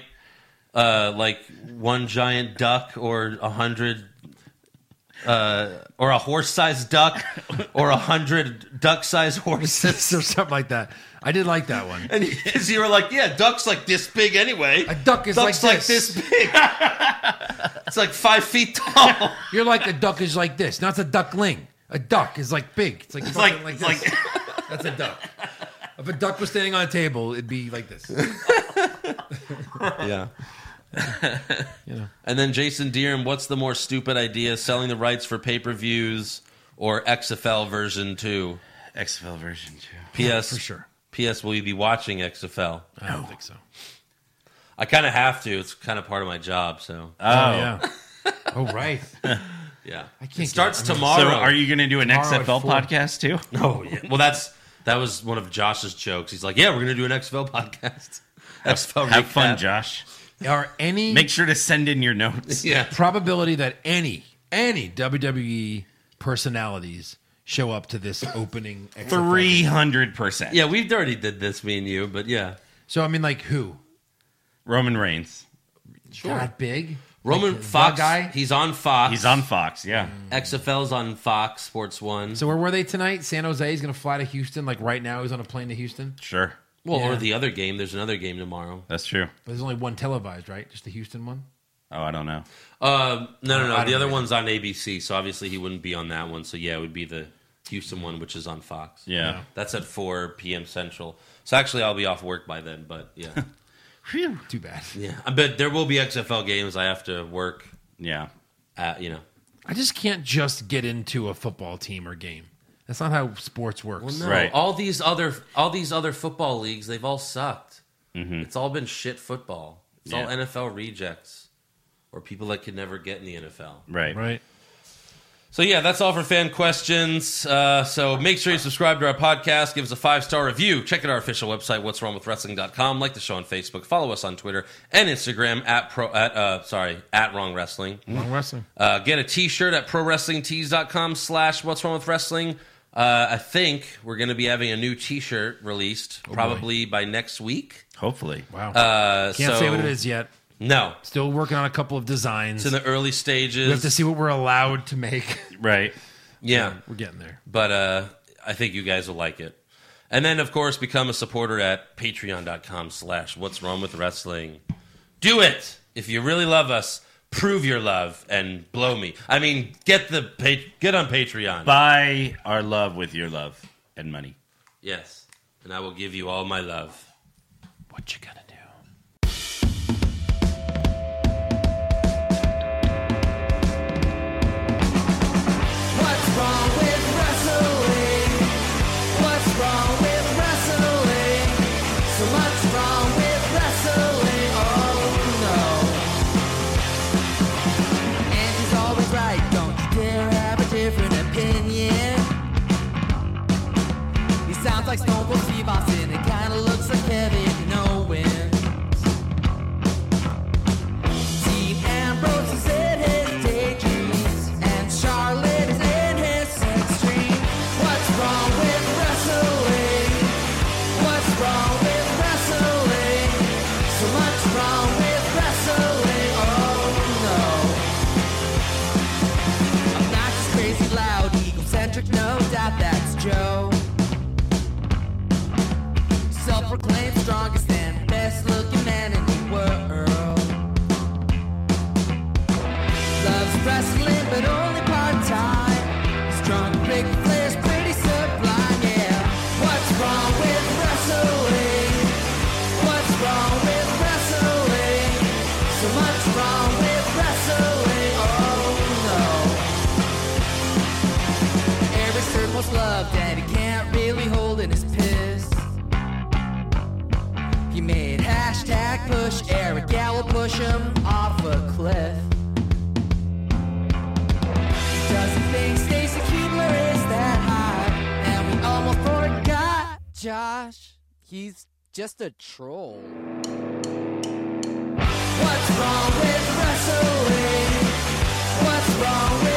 Speaker 5: uh, like one giant duck or a hundred, uh, or a horse-sized
Speaker 1: [LAUGHS]
Speaker 5: duck, or a hundred duck-sized horses? [LAUGHS]
Speaker 1: or something like that. I did like that one.
Speaker 5: And you were like, yeah, duck's like this big anyway.
Speaker 1: A duck is
Speaker 5: duck's
Speaker 1: like,
Speaker 5: like this,
Speaker 1: [LAUGHS]
Speaker 5: big. it's like five feet tall.
Speaker 1: You're like a duck is like this. Not a duckling. A duck is like big. It's like it's
Speaker 5: like-
Speaker 1: like, like
Speaker 5: it's
Speaker 1: this. That's a duck. If a duck was standing on a table, it'd be like this.
Speaker 5: Yeah.
Speaker 1: [LAUGHS] You know.
Speaker 5: And then Jason Deerham, what's the more stupid idea? Selling the rights for pay per views or XFL version two?
Speaker 6: XFL version two.
Speaker 5: P.S.
Speaker 1: for sure.
Speaker 5: P.S. Will you be watching XFL?
Speaker 1: I don't think so.
Speaker 5: I kind of have to. It's kind of part of my job. So
Speaker 6: Oh,
Speaker 1: Oh, yeah. [LAUGHS] Oh right.
Speaker 5: yeah, I
Speaker 1: can't get
Speaker 5: It starts
Speaker 1: it. I mean,
Speaker 5: tomorrow.
Speaker 6: so are you going to do an
Speaker 1: Tomorrow at
Speaker 6: XFL
Speaker 1: four.
Speaker 6: podcast too?
Speaker 5: Oh yeah. Well, that's that was one of Josh's jokes. He's like, "Yeah, we're gonna do an XFL [LAUGHS] podcast." XFL
Speaker 6: Have
Speaker 5: recap.
Speaker 6: fun, Josh.
Speaker 1: Are any
Speaker 6: Make sure to send in your notes.
Speaker 5: [LAUGHS] Yeah.
Speaker 1: probability that any any WWE personalities show up to this opening XFL?
Speaker 6: Three hundred percent.
Speaker 5: Yeah, we've already did this, me and you, but yeah.
Speaker 1: So I mean, like who?
Speaker 6: Roman Reigns.
Speaker 1: That big?
Speaker 5: Roman
Speaker 1: Like, the
Speaker 5: Fox
Speaker 1: guy?
Speaker 5: He's on Fox.
Speaker 6: He's on Fox. Yeah.
Speaker 1: Mm.
Speaker 5: XFL's on Fox Sports One.
Speaker 1: So where were they tonight? San Jose is going to fly to Houston. Like right now, he's on a plane to Houston.
Speaker 6: Sure.
Speaker 5: Well, or
Speaker 1: Yeah.
Speaker 5: the other game. There's another game tomorrow.
Speaker 6: That's true.
Speaker 1: There's only one televised, right? Just the Houston one.
Speaker 6: Oh, I don't know.
Speaker 5: Um, no, no,
Speaker 1: I
Speaker 5: no.
Speaker 1: don't
Speaker 5: The other
Speaker 1: know.
Speaker 5: one's on ABC, so obviously he wouldn't be on that one. So yeah, it would be the Houston one, which is on Fox.
Speaker 6: Yeah.
Speaker 5: that's at 4 p.m. Central. So actually, I'll be off work by then. But yeah,
Speaker 6: Phew.
Speaker 1: Too bad.
Speaker 5: [LAUGHS] yeah. But there will be XFL games. I have to work.
Speaker 6: Yeah.
Speaker 5: At, you know.
Speaker 1: I just can't just get into a football team or game. That's not how sports works.
Speaker 6: no. Right.
Speaker 5: All these other all these other football leagues, they've all sucked. It's all been shit football. It's all
Speaker 6: Yeah.
Speaker 5: NFL rejects or people that could never get in the NFL.
Speaker 6: Right.
Speaker 1: Right.
Speaker 5: So yeah, that's all for fan questions. Uh, so make sure you subscribe to our podcast, give us a five star review, check out our official website, what's wrong with wrestling.com, like the show on Facebook, follow us on Twitter and Instagram at pro at uh, sorry, at wrong wrestling.
Speaker 1: Wrong wrestling.
Speaker 5: Uh, get a t-shirt at prowrestlingtees.com slash what's wrong with wrestling. Uh, I think we're going to be having a new t-shirt released
Speaker 1: Oh,
Speaker 5: probably by next week.
Speaker 6: Hopefully.
Speaker 1: Wow.
Speaker 5: Uh,
Speaker 1: can't
Speaker 5: so-
Speaker 1: say what it is yet.
Speaker 5: No.
Speaker 1: Still working on a couple of designs.
Speaker 5: It's in the early
Speaker 1: we have to
Speaker 5: stages.
Speaker 1: see what we're allowed to make. [LAUGHS]
Speaker 6: Right.
Speaker 5: yeah.
Speaker 1: we're getting there.
Speaker 5: But uh, I think you guys will like it. And then, of course, become a supporter at patreon.com slash what's wrong with wrestling. Do it! If you really love us, prove your love and blow me. I mean, get the pa- get on Patreon.
Speaker 6: Buy our love with your love and money.
Speaker 5: Yes, and I will give you all my love.
Speaker 9: What you gonna do?
Speaker 4: What's wrong with wrestling? What's wrong with wrestling? So much wrong with wrestling. Oh no. And she's always right. Don't you dare have a different opinion. He sounds like Stone Cold Steve Austin. It kinda looks like Kevin Owens. Dean Ambrose is in his daydreams, and Charlotte is in his sex dream. What's wrong with wrestling? What's wrong with wrestling? So much wrong with wrestling. Oh no. I'm not just crazy loud, egocentric, no doubt that's Joe. Self proclaimed strongest and best looking man in the world. Loves wrestling, but only part time. Strong big players, pretty sublime, yeah. What's wrong with wrestling? What's wrong with wrestling? So much wrong with wrestling, oh no. Every circle's love that he can't really hold in his piss. He made hashtag push Eric Gallo push him off a cliff. He doesn't think Stacy Kubler is that hot, and we almost forgot Josh. He's just a troll. What's wrong with wrestling? What's wrong with Oh, Oh,